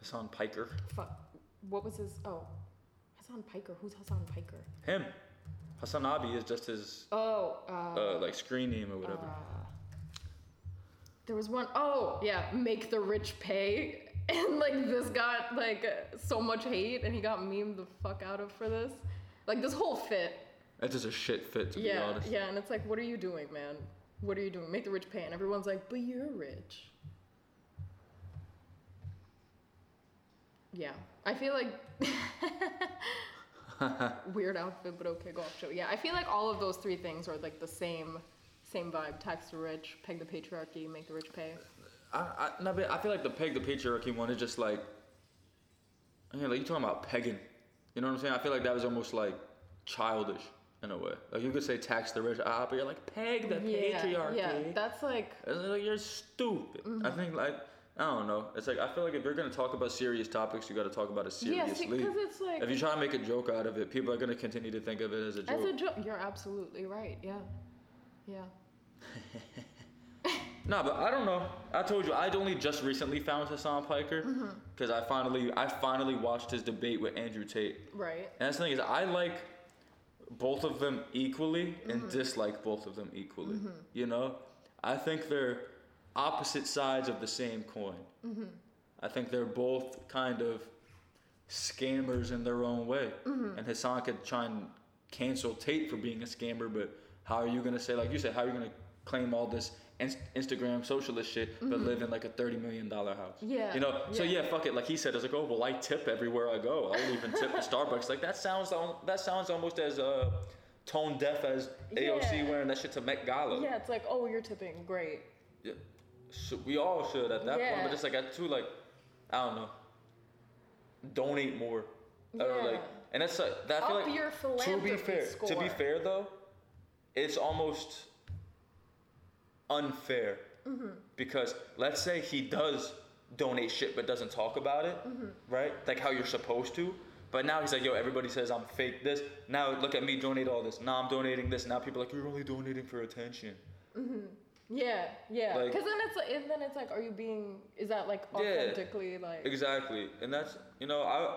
A: Hassan Piker.
B: Fuck. What was his oh Hassan Piker. Who's Hassan Piker?
A: Him. Hassan Abi is just his
B: Oh, uh,
A: uh, like screen name or whatever.
B: there was one oh yeah, make the rich pay. And like this got like so much hate and he got memed the fuck out of for this. Like this whole fit.
A: That's just a shit fit to be
B: Yeah,
A: honest.
B: yeah, and it's like what are you doing, man? What are you doing? Make the rich pay and everyone's like, But you're rich. Yeah. I feel like weird outfit, but okay, go off show. Yeah, I feel like all of those three things are like the same, same vibe. Tax the rich, peg the patriarchy, make the rich pay.
A: I, I, no, but I feel like the peg the patriarchy one is just like, I mean, like you talking about pegging. You know what I'm saying? I feel like that was almost like childish in a way. Like you could say tax the rich, ah, but you're like peg the
B: yeah,
A: patriarchy.
B: yeah, that's like
A: It's like you're stupid. I
B: Mm-hmm.
A: think like I don't know. It's like I feel like if you're gonna talk about serious topics, you got to talk about it
B: yeah, see,
A: seriously.
B: because it's like
A: if you try to make a joke out of it, people are gonna continue to think of it as a joke.
B: as a joke. You're absolutely right. Yeah, yeah.
A: Nah, but I don't know. I told you I'd only just recently found Hassan Piker
B: Mm-hmm.
A: because I finally I finally watched his debate with Andrew Tate.
B: Right.
A: And that's the thing is I like both of them equally and
B: Mm-hmm.
A: dislike both of them equally. You know, I think they're opposite sides of the same coin.
B: Mm-hmm.
A: I think they're both kind of scammers in their own way.
B: Mm-hmm.
A: And Hassan could try and cancel Tate for being a scammer, but how are you gonna say, like you said, how are you gonna claim all this inst- Instagram socialist shit, but live in like a thirty million dollar house?
B: Mm-hmm. Yeah,
A: you know. So
B: yeah.
A: yeah, fuck it. Like he said, it's like, oh well, I tip everywhere I go. I'll even tip at Starbucks. Like that sounds al- that sounds almost as uh, tone deaf as AOC
B: Yeah.
A: wearing that shit to Met Gala.
B: Yeah, it's like oh, you're tipping. Great.
A: Yeah. Should, we all should at that point,
B: Yeah.
A: but it's like at two, like I don't know, donate more, or
B: Yeah.
A: like, and that's like that. I feel
B: Up
A: like
B: your
A: to be
B: philanthropy
A: fair, to be
B: score.
A: fair though, it's almost unfair
B: Mm-hmm.
A: because let's say he does donate shit but doesn't talk about it,
B: Mm-hmm.
A: right? Like how you're supposed to. But now he's like, yo, everybody says I'm fake this. Now look at me donate all this. Now I'm donating this. Now people are like, you're only donating for attention.
B: Yeah, yeah.
A: Like-
B: Because then it's like, and then it's like, are you being? Is that like authentically like?
A: Exactly, and that's you know I.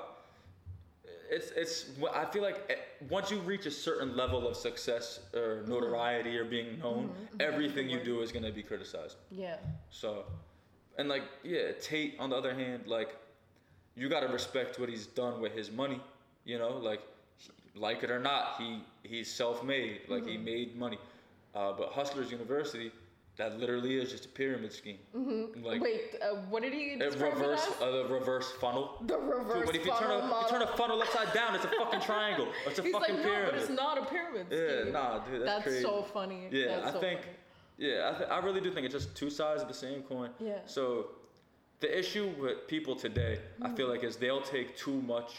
A: It's it's wh- I feel like eh, once you reach a certain level of success or notoriety or being known, everything you do is gonna be criticized.
B: Yeah.
A: So, and like yeah, Tate on the other hand, like you gotta respect what he's done with his money. You know, like he- like it or not, he he's self-made. Like he made money. Uh, but Hustlers University, that literally is just a pyramid scheme. Mm-hmm. Like
B: Wait, uh, what did he
A: it
B: describe it
A: reverse
B: as?
A: a reverse funnel.
B: the reverse
A: Dude, but if you turn,
B: funnel
A: a, if you turn
B: model.
A: a funnel upside down, it's a fucking triangle. It's a
B: He's
A: fucking
B: like,
A: pyramid.
B: no, but it's not a pyramid
A: Yeah,
B: scheme.
A: nah, dude, that's
B: that's
A: crazy.
B: so funny.
A: Yeah,
B: that's
A: I
B: so
A: think.
B: funny.
A: Yeah, I, th- I really do think it's just two sides of the same coin.
B: Yeah.
A: So, the issue with people today, I feel like, is they'll take too much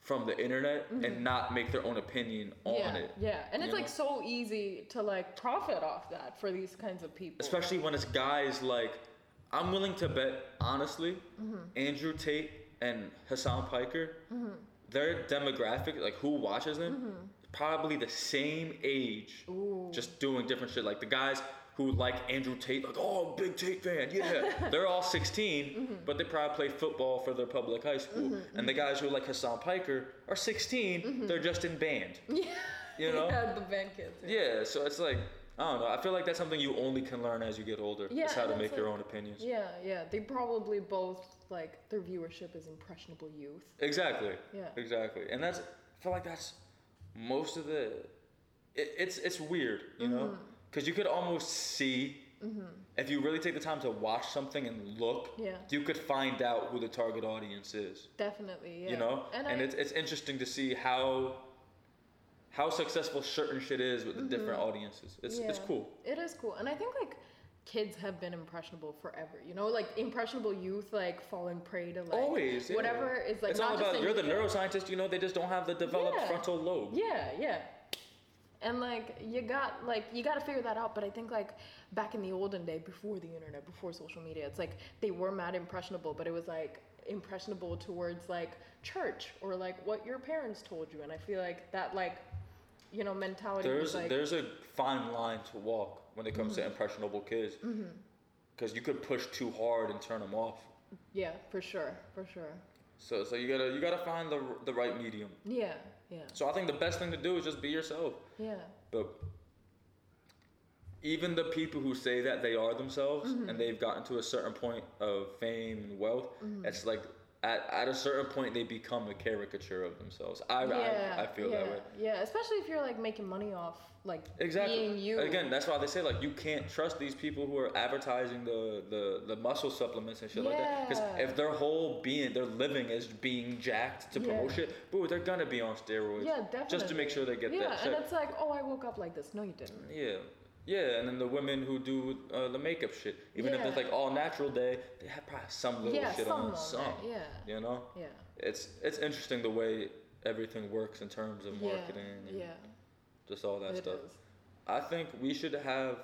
A: from the internet and not make their own opinion on
B: Mm-hmm. yeah,
A: it.
B: yeah, and it's
A: you
B: like
A: know?
B: so easy to like profit off that for these kinds of people.
A: especially when it's guys like I'm willing to bet honestly Andrew Tate and Hassan Piker their demographic like who watches them probably the same age just doing different shit like the guys who like Andrew Tate like oh big Tate fan yeah they're all 16 but they probably play football for their public high school and the guys who like Hassan Piker are 16 they're just in band you know
B: yeah, the band kids.
A: yeah, so it's like I don't know. I feel like that's something you only can learn as you get older.
B: Yeah,
A: is how
B: and
A: to make
B: it's
A: your
B: like-
A: own opinions.
B: yeah, yeah. They probably both like their viewership is impressionable youth.
A: Exactly.
B: Yeah.
A: Exactly. And that's I feel like that's most of the it, it's it's weird, you
B: Mm-hmm.
A: know? Cuz you could almost see if you really take the time to watch something and look,
B: Yeah.
A: you could find out who the target audience is.
B: Definitely, yeah.
A: You know?
B: and,
A: And,
B: I,
A: it's it's interesting to see how how successful certain shit is with the different audiences. It's it's
B: Mm-hmm. Yeah.
A: cool.
B: It is cool. And I think like kids have been impressionable forever. You know, like impressionable youth like falling prey to like
A: Always, yeah.
B: whatever is like
A: it's
B: not
A: all
B: just
A: about
B: in
A: you're the
B: media.
A: neuroscientist. You know they just don't have the developed
B: Yeah.
A: frontal lobe.
B: Yeah, yeah. And like you got like you got to figure that out, but I think like back in the olden day before the internet, before social media, it's like they were mad impressionable, but it was like impressionable towards like church or like what your parents told you and I feel like that like you know mentality
A: There's
B: was like Mm-hmm.
A: there's a fine line to walk when it comes to impressionable kids, because you could push too hard and turn them off.
B: yeah, for sure, for sure.
A: So so you gotta you gotta find the the right medium.
B: Yeah, yeah.
A: So I think the best thing to do is just be yourself.
B: Yeah.
A: But even the people who say that they are themselves
B: Mm-hmm.
A: and they've gotten to a certain point of fame and wealth,
B: Mm-hmm.
A: it's like at, at a certain point they become a caricature of themselves. I,
B: yeah,
A: I, I feel
B: yeah,
A: that way.
B: Yeah, especially if you're like making money off like
A: Exactly.
B: being you.
A: Again, that's why they say like you can't trust these people who are advertising the the, the muscle supplements and shit like that. Because
B: Yeah.
A: if their whole being, their living is being jacked to promote
B: Yeah.
A: shit, boo, they're gonna be on steroids.
B: yeah, definitely.
A: Just to make sure they get
B: yeah,
A: that check.
B: and it's like, oh, I woke up like this. No, you didn't.
A: Yeah. Yeah, and then the women who do uh, the makeup shit, even if it's
B: Yeah.
A: like all natural day, they have probably some little
B: yeah,
A: shit
B: some
A: on,
B: of
A: some.
B: it, Yeah.
A: You know,
B: Yeah.
A: it's it's interesting the way everything works in terms of
B: Yeah.
A: marketing and
B: Yeah.
A: just all that
B: it
A: stuff.
B: is.
A: I think we should have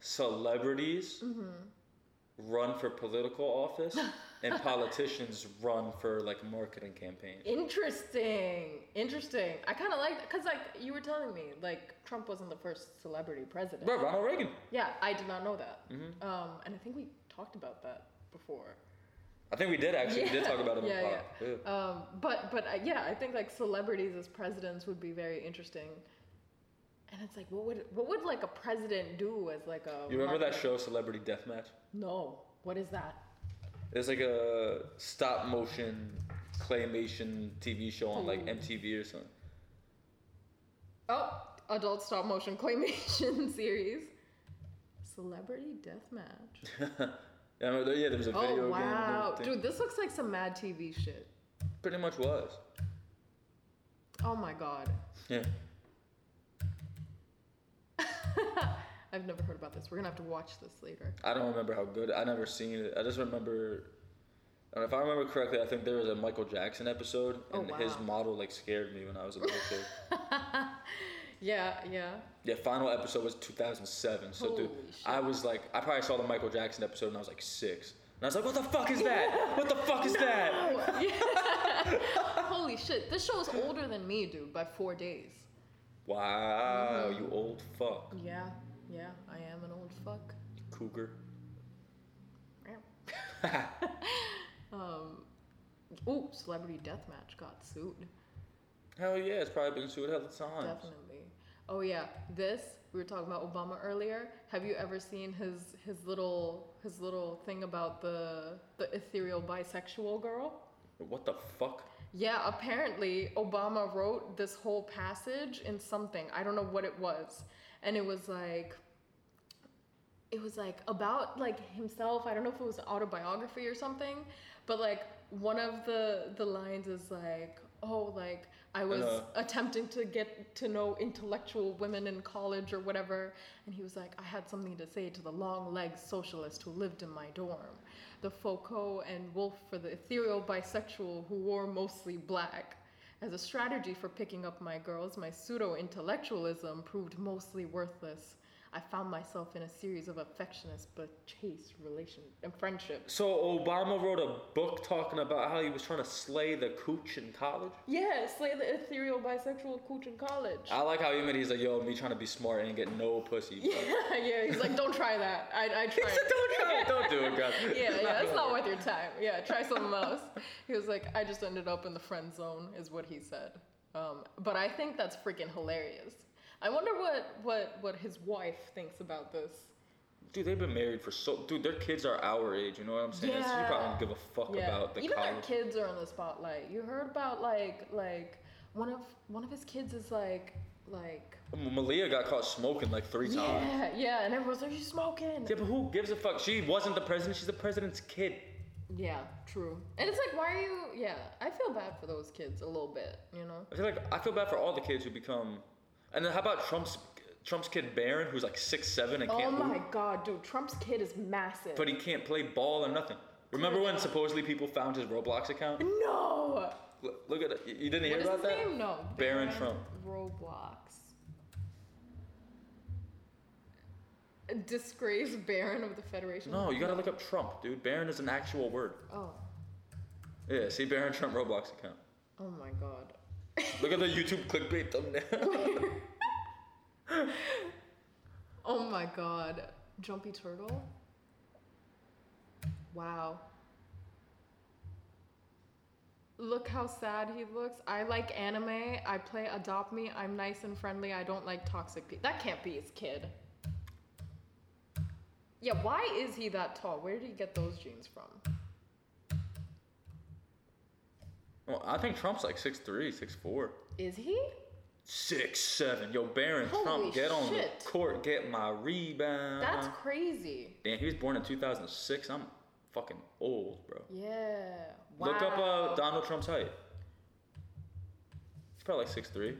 A: celebrities
B: Mm-hmm.
A: run for political office and politicians run for like marketing campaigns.
B: Interesting. Interesting. I kind of like because like you were telling me like Trump wasn't the first celebrity president.
A: Bro, Ronald Reagan.
B: Yeah, I did not know that.
A: Mm-hmm.
B: Um, and I think we talked about that before.
A: I think we did actually. We did
B: Yeah,
A: talk about it in
B: yeah,
A: the pod.
B: yeah.
A: Yeah.
B: Um, but but uh, yeah, I think like celebrities as presidents would be very interesting. And it's like, what would what would like a president do as like a?
A: You remember that
B: marketing-
A: show, Celebrity Deathmatch?
B: No. What is that?
A: It's like a stop motion claymation TV show on like
B: Ooh.
A: MTV or something.
B: Oh, adult stop motion claymation series. Celebrity deathmatch.
A: Yeah, I remember- yeah, there was a video
B: Oh
A: game. and
B: wow,
A: everything.
B: dude, this looks like some Mad TV shit.
A: Pretty much was.
B: Oh my god,
A: Yeah.
B: I've never heard about this. We're gonna have to watch this later.
A: I don't remember how good. I never seen it. I just remember. And if I remember correctly, I think there was a Michael Jackson episode,
B: Oh,
A: and his
B: wow.
A: model like scared me when I was a little kid.
B: Yeah, yeah.
A: Yeah, final episode was 2007. So, dude,
B: Holy shit.
A: I was like, I probably saw the Michael Jackson episode when I was like six, and I was like, what the fuck is that? What the fuck is that?
B: Oh, yeah. Holy shit, this show is older than me, dude, by four days.
A: Wow, you old fuck,
B: Yeah, yeah, I am an old fuck.
A: cougar.
B: um, ooh, Celebrity Deathmatch got sued.
A: Hell yeah, it's probably been sued hell of times.
B: Definitely. Oh yeah, this we were talking about Obama earlier. Have you ever seen his his little his little thing about the the ethereal bisexual girl?
A: What the fuck?
B: Yeah, apparently Obama wrote this whole passage in something. I don't know what it was. And it was like it was like about like himself. I don't know if it was autobiography or something, but like one of the the lines is like, "Oh, like I was
A: Uh.
B: attempting to get to know intellectual women in college or whatever." And he was like, "I had something to say to the long-legged socialist who lived in my dorm, the Foucault and Wolf for the ethereal bisexual who wore mostly black." As a strategy for picking up my girls, my pseudo intellectualism proved mostly worthless. I found myself in a series of affectionate but chaste relations and friendships.
A: So Obama wrote a book talking about how he was trying to slay the cooch in college.
B: Yeah, slay the ethereal bisexual cooch in college.
A: I like how he made. it, He's like, yo, me trying to be smart and get no pussy. bro."
B: yeah, yeah, he's like, don't try that. I, I tried.
A: Don't try it. Don't do it, guys.
B: yeah, yeah, it's
A: gonna
B: not
A: work.
B: worth your time. Yeah, try something else. He was like, I just ended up in the friend zone, is what he said. Um, but I think that's freaking hilarious. I wonder what, what, what his wife thinks about this.
A: Dude, they've been married for so. Dude, their kids are our age. You know what I'm saying? So you
B: Yeah.
A: probably don't give a fuck about the
B: even
A: college.
B: their kids are in the spotlight. You heard about like like one of one of his kids is like like
A: Malia got caught smoking like three times.
B: yeah yeah, and everyone's like you smoking.
A: Yeah, but who gives a fuck? She wasn't the president. She's the president's kid.
B: Yeah, true. And it's like why are you? Yeah, I feel bad for those kids a little bit. You know.
A: I feel like I feel bad for all the kids who become And then how about Trump's Trump's kid Barron, who's like six seven and
B: Oh
A: can't
B: my
A: move,
B: god, dude, Trump's kid is massive.
A: but he can't play ball or nothing. Remember when supposedly people found his Roblox account?
B: no.
A: L- Look at it. You you didn't hear
B: What is
A: about
B: his
A: that?
B: name? No.
A: Barron Trump.
B: Roblox. Disgraced Baron of the Federation.
A: No, you gotta look up Trump, dude. Barron is an actual word.
B: Oh.
A: Yeah, see Barron Trump Roblox account.
B: Oh my god.
A: Look at the YouTube clickbait thumbnail.
B: Oh my god. Jumpy Turtle? Wow. Look how sad he looks. I like anime. I play Adopt Me. I'm nice and friendly. I don't like toxic people. That can't be his kid. Yeah, why is he that tall? Where did he get those jeans from?
A: well, I think Trump's like 6'3", 6'4".
B: Is he?
A: Six seven, yo Baron
B: Holy
A: Trump, get on the
B: shit.
A: court, get my rebound.
B: That's crazy.
A: Damn, he was born in 2006. I'm fucking old, bro.
B: Yeah. Wow.
A: Look up uh, Donald Trump's height. He's probably like six three.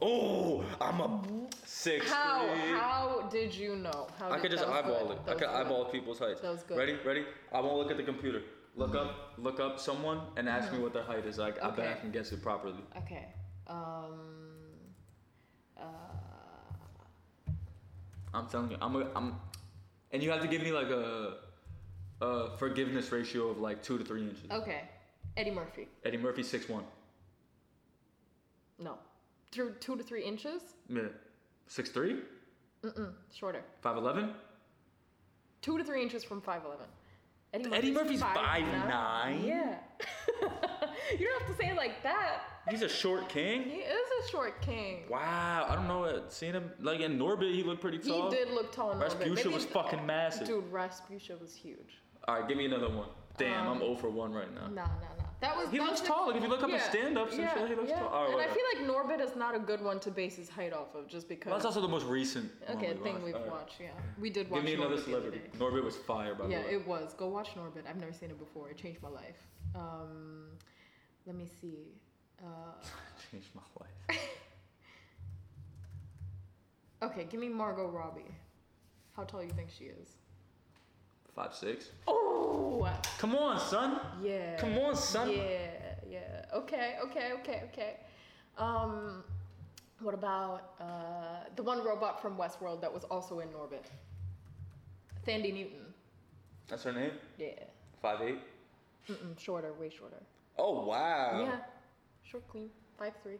A: Oh, I'm a six
B: How
A: three.
B: how did you know? How
A: I
B: did-
A: could just
B: that was
A: eyeball
B: good.
A: it.
B: That
A: I could
B: was good.
A: eyeball people's heights.
B: That was good.
A: Ready? Ready? I won't look at the computer. Look up, look up someone and ask me what their height is. Like, I bet I
B: Uh-huh. Okay.
A: can guess it properly.
B: Okay. Um. Uh,
A: I'm telling you, I'm a, I'm, and you have to give me like a, a forgiveness ratio of like two to three inches.
B: okay. Eddie Murphy.
A: Eddie Murphy six one.
B: No. Through two to three inches.
A: Yeah. Six three?
B: Mm-mm. Shorter.
A: Five eleven?
B: Two to three inches from five eleven.
A: Eddie Murphy's five nine?
B: Yeah. you don't have to say it like that.
A: He's a short king.
B: He is a short king.
A: Wow, I don't know. uh, Seeing him like in Norbit, he looked pretty
B: He
A: tall.
B: did look tall. and all, but
A: Rasputia
B: maybe-
A: was fucking massive.
B: Dude, Rasputia was huge.
A: All right, give me another one. Damn,
B: Um,
A: I'm 0 for one right now.
B: Nah, nah, nah. That was.
A: He
B: that
A: looks
B: was
A: tall. Like, if you look up his
B: yeah,
A: stand-ups and shit, he looks tall. All right,
B: and I
A: whatever.
B: feel like Norbit is not a good one to base his height off of, just
A: Well,
B: because.
A: that's also the most recent. one
B: okay,
A: we
B: thing
A: watched.
B: we've
A: All right.
B: watched. Yeah, we did
A: Give
B: watch.
A: me another
B: Norbit the other
A: celebrity.
B: day.
A: Norbit was fire, by
B: Yeah,
A: the way.
B: it was. Go watch Norbit. I've never seen it before. It changed my life. Um, let me see. Uh,
A: changed my life.
B: okay, give me Margot Robbie. How tall you think she is?
A: Five six.
B: Oh,
A: Come on, son.
B: yeah.
A: Come on, son.
B: Yeah, yeah. Okay, okay, okay, okay. Um, what about uh, the one robot from Westworld that was also in Norbit? Thandi Newton.
A: That's her name.
B: Yeah.
A: Five eight.
B: Mm-mm, shorter, way shorter.
A: Oh wow.
B: Yeah. Short queen, five three.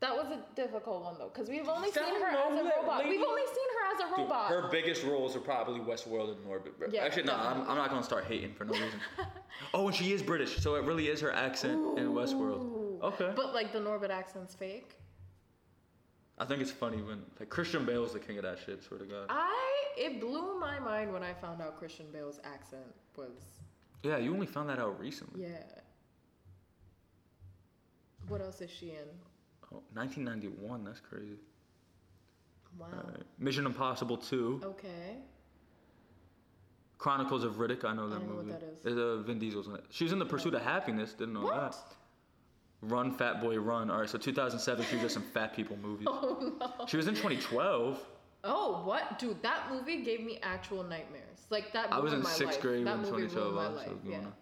B: That was a difficult one though, because we've only
A: Don't
B: seen her
A: know
B: as a
A: that
B: robot.
A: lady.
B: We've only seen her as a
A: Dude,
B: robot.
A: her biggest roles are probably Westworld and Norbit. bro.
B: Yeah,
A: Actually, no, I'm,
B: definitely.
A: I'm not gonna start hating for no reason. oh, and she is British, so it really is her accent in
B: Ooh.
A: Westworld. Okay.
B: But like the Norbit accent's fake.
A: I think it's funny when like Christian Bale's the king of that shit. Swear to God.
B: I it blew my mind when I found out Christian Bale's accent was
A: yeah, you only found that out recently.
B: Yeah. What else is she in?
A: Oh, 1991. That's crazy.
B: Wow.
A: Alright. Mission Impossible 2.
B: Okay.
A: Chronicles of Riddick. I know that
B: don't know what
A: movie.
B: that is.
A: It's uh, Vin Diesel's in it. She was in The Pursuit of Happiness. Didn't know that.
B: What?
A: Run, Fat Boy, Run. All right, so 2007, she was just some fat people movies.
B: Oh no.
A: She was in 2012.
B: Oh what, dude? That movie gave me actual nightmares. Like that.
A: I was
B: ruined
A: in
B: my
A: sixth
B: life.
A: grade
B: that
A: when
B: movie
A: 2012
B: ruined my
A: I was
B: life.
A: going
B: Yeah.
A: on.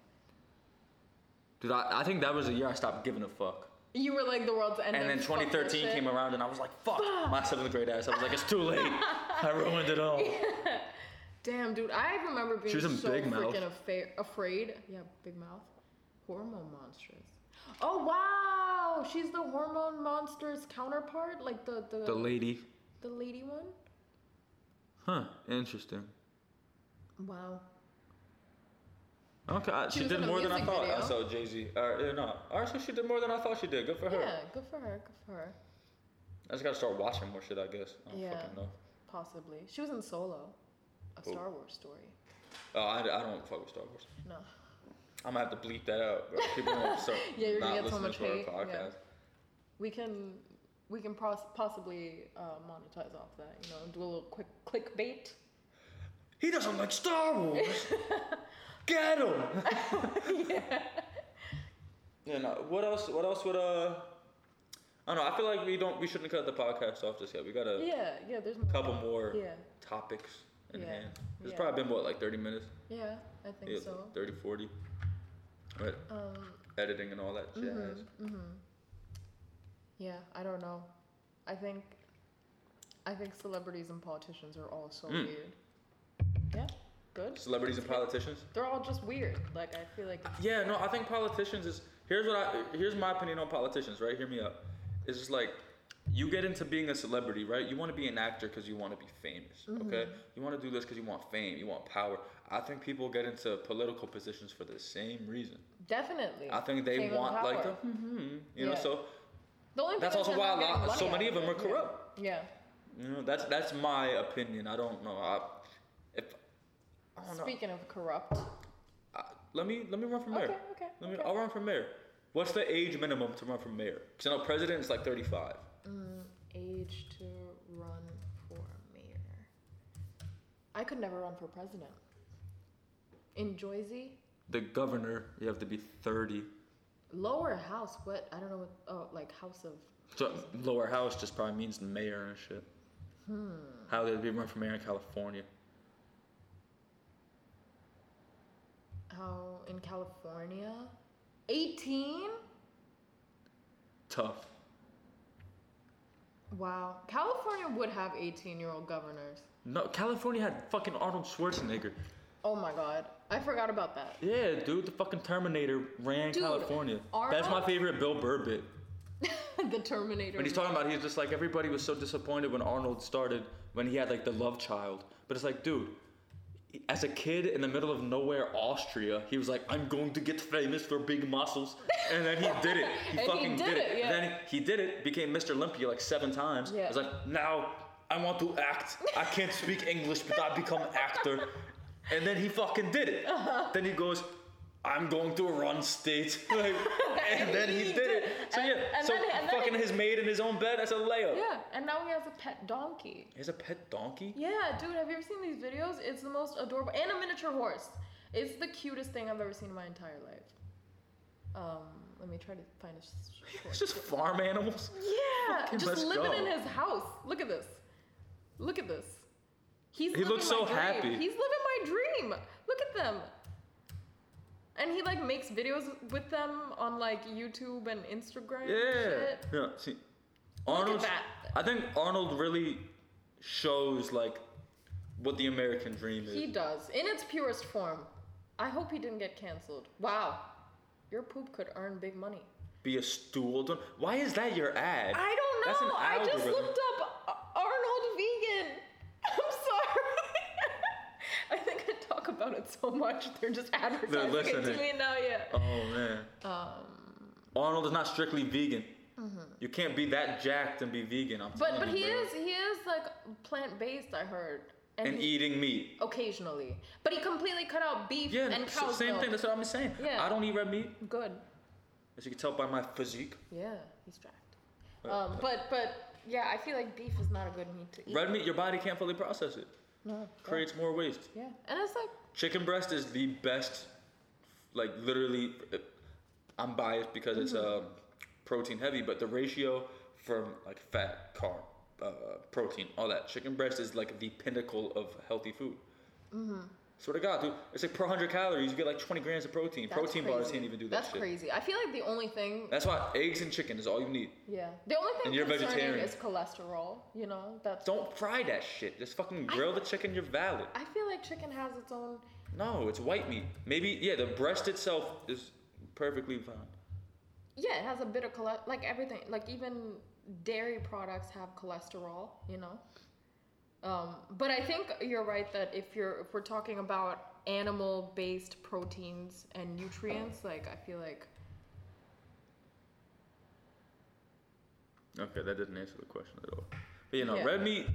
A: Dude, I, I think that was the year I stopped giving a fuck.
B: You were like the world's end.
A: And then 2013 came around, and I was like, fuck, my seventh grade ass. I was like, it's too late. I ruined it all.
B: Damn, dude. I remember being
A: was in
B: so
A: Big Mouth.
B: freaking affa- afraid. Yeah, Big Mouth. Hormone monsters. Oh wow, she's the hormone monsters counterpart, like the the
A: The lady.
B: the lady one.
A: Huh, interesting.
B: Wow.
A: Okay, I-
B: She
A: she,
B: was in
A: did
B: a
A: more than I
B: music
A: thought. I
B: video.
A: saw Jay Z. Or uh, no, actually, she did more than I thought she did. Good for her.
B: Yeah, good for her. Good for her.
A: I just gotta start watching more shit, I guess. I don't
B: Yeah.
A: fucking know.
B: Possibly. She was in Solo, a
A: Oh.
B: Star Wars story.
A: Oh, I, I don't fuck with Star Wars.
B: No.
A: I'm gonna have to bleep that out. Bro. People gonna start
B: Yeah, you're gonna
A: not
B: get so
A: listening
B: much
A: to
B: hate, yeah.
A: our podcast.
B: We can we can pros- possibly uh, monetize off that, you know, do a little quick clickbait.
A: He doesn't like Star Wars. Get him. yeah. no, what else? What else would uh? I don't know. I feel like we don't. We shouldn't cut the podcast off just yet. We got a
B: Yeah, yeah. There's more.
A: Uh, couple more
B: Yeah.
A: topics in
B: Yeah.
A: hand. It's
B: Yeah.
A: probably been what like 30 minutes.
B: Yeah, I think
A: Yeah,
B: so.
A: 30, 40. Right.
B: Um,
A: Editing and all that jazz.
B: mm-hmm, yeah, I don't know. I think, I think celebrities and politicians are all so
A: Mm.
B: weird. Yeah, good.
A: Celebrities and politicians.
B: They're all just weird. Like I feel like
A: Yeah, no, I think politicians is here's what I here's my opinion on politicians, right? Hear me out. It's just like you get into being a celebrity, right? You want to be an actor because you want to be famous,
B: Mm-hmm.
A: okay? You want to do this because you want fame, you want power. I think people get into political positions for the same reason.
B: definitely.
A: I think they
B: fame and
A: want like the,
B: power.
A: hmm you know.
B: Yeah.
A: So
B: The only thing
A: that's
B: is
A: also
B: they're
A: why a
B: not getting
A: lot,
B: money
A: so
B: out
A: many of them are
B: it. Yeah.
A: corrupt.
B: Yeah.
A: You know, that's that's my opinion. I don't know. I, if I don't know.
B: Speaking of corrupt,
A: I, let me let me run from there.
B: Okay, okay,
A: Let me.
B: okay.
A: I'll run from mayor. What's the age minimum to run for mayor? Because I know president is like 35.
B: age to run for mayor. I could never run for president. In Jersey,
A: The governor, you have to be 30.
B: lower house. What I don't know what. Oh, like house of.
A: So lower house just probably means mayor and shit.
B: Hmm.
A: How they be run for mayor in California?
B: How in California? 18?
A: Tough.
B: Wow. California would have 18 year old governors.
A: No, California had fucking Arnold Schwarzenegger.
B: Oh my god. I forgot about that.
A: Yeah, dude, the fucking Terminator ran
B: Dude,
A: California. That's my
B: Arnold-
A: favorite Bill Burr bit.
B: the Terminator.
A: But he's talking about he's just like everybody was so disappointed when Arnold started when he had like the love child. But it's like, dude, as a kid in the middle of nowhere Austria, he was like, I'm going to get famous for big muscles, and then he did it. He
B: And he
A: fucking
B: did it, yeah.
A: Then he did it. Became Mr. Olympia like seven times.
B: Yeah.
A: It's like now I want to act. I can't speak English, but I become actor. And then he fucking did it.
B: Uh-huh.
A: Then he goes. I'm going to run state, Like, and,
B: And
A: then he, did, it. So
B: And-
A: yeah,
B: and
A: so
B: then- and then
A: fucking
B: it-
A: is made in his own bed. That's a layup.
B: Yeah, and now he has a pet donkey.
A: He has a pet donkey.
B: Yeah, dude, have you ever seen these videos? It's the most adorable. And a miniature horse. It's the cutest thing I've ever seen in my entire life. Um, let me try to find a s- short.
A: It's just farm animals.
B: Yeah,
A: Fucking
B: just
A: let's go.
B: living in his house. Look at this. Look at this. He's
A: He looks
B: living
A: so
B: my dream.
A: happy.
B: He's living my dream. Look at them. And he like makes videos with them on like YouTube and Instagram. and
A: Yeah.
B: shit.
A: Yeah. See, Arnold.
B: that.
A: I think Arnold really shows like what the American dream is.
B: He does in its purest form. I hope he didn't get canceled. Wow, your poop could earn big money.
A: Be a stool. Don- Why is that your ad?
B: I don't
A: That's an
B: know. I just
A: algorithm.
B: looked up A- Arnold vegan. I'm sorry. I think I talk about it so much. They're just advertising it to
A: listening.
B: me now. Yeah.
A: Oh man.
B: Um.
A: Arnold is not strictly vegan. You can't be that jacked and be vegan. I'm
B: Mm-hmm. But
A: telling
B: but
A: you,
B: he
A: bro.
B: is he is like plant based. I heard.
A: And
B: he-
A: eating meat.
B: occasionally, but he completely cut out beef
A: Yeah,
B: and
A: s-
B: cow's
A: same
B: milk.
A: thing. That's what I'm saying.
B: Yeah.
A: I don't eat red meat,
B: Good.
A: as you can tell by my physique.
B: Yeah, he's jacked.
A: Uh,
B: Um, but but yeah, I feel like beef is not a good meat to eat.
A: Red meat, your body can't fully process it.
B: No.
A: Creates more waste.
B: Yeah, and it's like
A: Chicken breast is the best, like literally. I'm biased because it's
B: Mm-hmm.
A: um, protein heavy, but the ratio from like fat, carb, uh, protein, all that. Chicken breast is like the pinnacle of healthy food.
B: Mm-hmm.
A: Swear to God, dude, it's like per 100 calories, you get like 20 grams of protein.
B: that's
A: protein bars
B: crazy.
A: can't even do that
B: That's
A: shit.
B: crazy. I feel like the only thing
A: That's why eggs and chicken is all you need.
B: Yeah. The only thing
A: And you're
B: concerning
A: vegetarian.
B: is cholesterol. You know, that's.
A: Don't fry that shit. Just fucking
B: I-
A: grill the chicken. You're valid.
B: I feel like chicken has its own.
A: No, it's white meat. Maybe yeah, the breast itself is perfectly fine.
B: Yeah, it has a bit of cholesterol. Like everything. Like even dairy products have cholesterol. You know. Um, but I think you're right that if you're if we're talking about animal-based proteins and nutrients, like I feel like
A: Okay, that didn't answer the question at all. But you know,
B: Yeah.
A: red meat.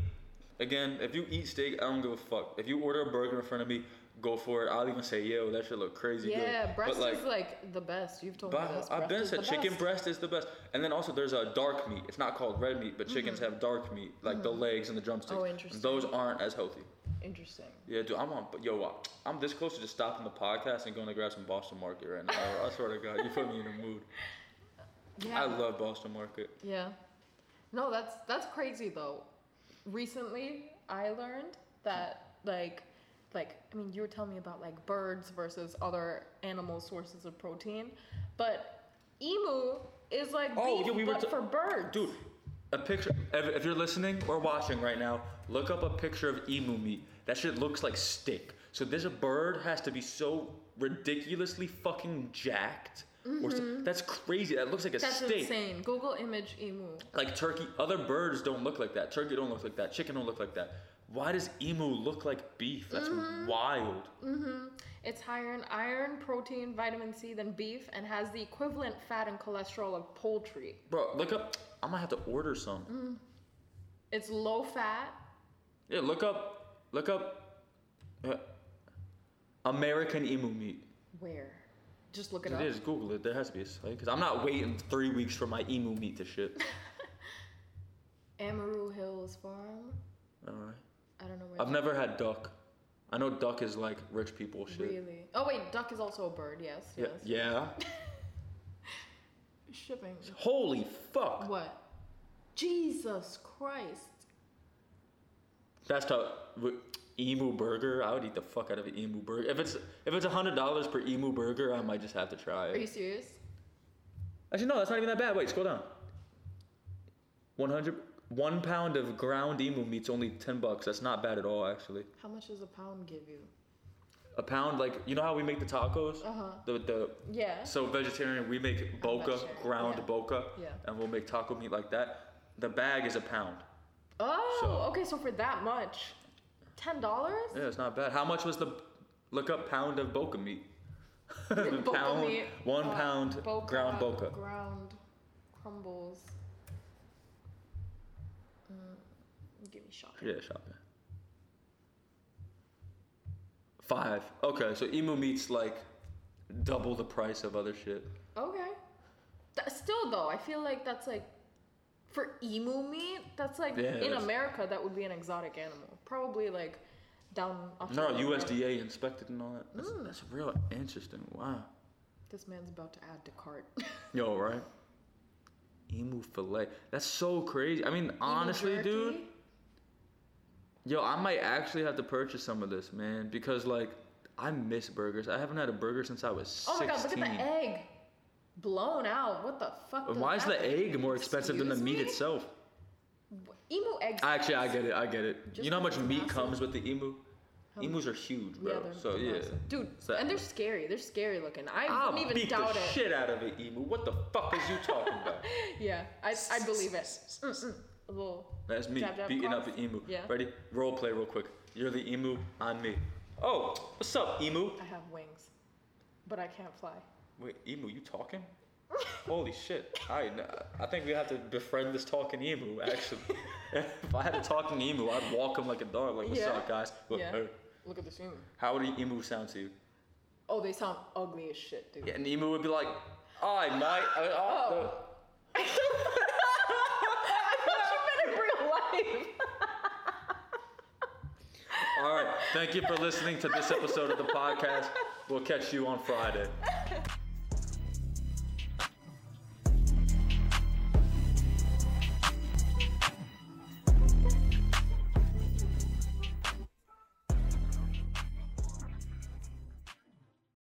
A: Again, if you eat steak, I don't give a fuck. If you order a burger in front of me, go for it. I'll even say, yo, that shit look crazy good.
B: yeah, breast
A: but like,
B: is like the best. You've told me this.
A: but I've
B: breast
A: been
B: is
A: said
B: the
A: chicken
B: best.
A: breast is the best. And then also there's a dark meat. It's not called red meat, but chickens have dark meat, like the legs and the drumsticks.
B: Mm-hmm. Oh,
A: And
B: interesting.
A: Those aren't as healthy.
B: Interesting.
A: Yeah, dude, I'm on. Yo, I- I'm this close to just stopping the podcast and going to grab some Boston Market right now. I swear to God, you put me in a mood.
B: Yeah.
A: I love Boston Market.
B: yeah. No, that's that's crazy though. Recently, I learned that like like I mean, you were telling me about like birds versus other animal sources of protein, but emu is like
A: Oh,
B: beef,
A: yeah, we were
B: but
A: ta-
B: for birds.
A: Dude, a picture. If, if you're listening or watching right now, look up a picture of emu meat. That shit looks like steak. So this bird has to be so ridiculously fucking jacked. Or st- that's crazy. That looks like a
B: Mm-hmm. that's
A: steak.
B: insane. Google image emu.
A: Like turkey, other birds don't look like that. Turkey don't look like that. Chicken don't look like that. Why does emu look like beef? That's
B: Mm-hmm.
A: wild.
B: It's higher in iron, protein, vitamin C than beef, and has the equivalent fat and cholesterol of poultry.
A: Bro, look up. I might have to order some.
B: It's low fat.
A: Yeah, look up, look up, uh, American emu meat.
B: Where? Just look it
A: It
B: up.
A: is. Google it. There has to be a site because I'm not waiting three weeks for my emu meat to ship.
B: Amaru Hills Farm.
A: All right.
B: I don't know where.
A: I've never had duck. I know duck is like rich people shit.
B: Really? Oh wait, duck is also a bird. Yes.
A: Yeah.
B: Yes.
A: Yeah.
B: Shipping.
A: Holy fuck.
B: What? Jesus Christ.
A: That's tough. W- Emu burger. I would eat the fuck out of an emu burger. If it's if it's hundred dollars per emu burger, I might just have to try
B: Are you
A: it.
B: serious?
A: Actually, no, that's not even that bad. Wait, scroll down. 100 one pound of ground emu meat's only 10 bucks. That's not bad at all, actually.
B: How much does a pound give you?
A: A pound, like, you know how we make the tacos?
B: Uh-huh.
A: The, the
B: Yeah.
A: So vegetarian, we make boca,
B: vegetarian,
A: ground
B: yeah.
A: boca,
B: Yeah.
A: and we'll make taco meat like that. The bag is a pound.
B: oh,
A: so-
B: okay. So for that much, ten dollars?
A: Yeah, it's not bad. How much was the look up pound of boca meat?
B: Boca
A: pound,
B: meat,
A: one
B: uh,
A: pound
B: boca,
A: ground boca.
B: Ground crumbles. Mm, give me shopping.
A: yeah, shopping. Five. Okay, so emu meat's like double the price of other shit.
B: Okay. That, still though, I feel like that's like for emu meat. That's like
A: Yeah,
B: in
A: that's-
B: America, that would be an exotic animal. Probably like down.
A: No,
B: Australia.
A: USDA inspected and all that. That's,
B: Mm.
A: that's real interesting. Wow.
B: This man's about to add to cart.
A: Yo, right? Emu fillet. That's so crazy. I mean, honestly,
B: Emu
A: dude.
B: jerky?
A: Yo, I might actually have to purchase some of this, man, because like I miss burgers. I haven't had a burger since I was
B: Oh my god, look
A: 16.
B: at the egg. Blown out. What the fuck?
A: And
B: does
A: Why is
B: that
A: the egg more expensive than the
B: Excuse
A: meat
B: me?
A: itself?
B: Emu eggs.
A: Actually, I get it. I get it.
B: Just
A: you know how much
B: because it's
A: meat
B: massive.
A: comes with the emu?
B: How
A: Emus are huge,
B: Yeah,
A: bro.
B: they're
A: so yeah.
B: massive. dude,
A: So-
B: and they're scary. They're scary looking. I
A: I'll
B: wouldn't even
A: beat
B: doubt
A: the
B: it.
A: shit out of an emu. What the fuck is you talking about?
B: Yeah, I I believe it. Mm-mm. A little.
A: That's me
B: Jab, jab,
A: beating up
B: cross.
A: an emu.
B: Yeah.
A: Ready? Role play real quick. You're the emu, I'm me. Oh, what's up, emu?
B: I have wings, but I can't fly.
A: Wait, emu, you talking? Holy shit! I I think we have to befriend this talking emu. Actually, if I had a talking emu, I'd walk him like a dog. Like, what's
B: Yeah.
A: up, guys? Look,
B: Yeah.
A: hey,
B: Look at this emu.
A: How would an emu sound to you?
B: Oh, they sound ugly as shit, dude.
A: Yeah, an emu would be like, "I might." I, I-
B: Oh. I thought you meant in real life.
A: the-" All right. Thank you for listening to this episode of the podcast. We'll catch you on Friday.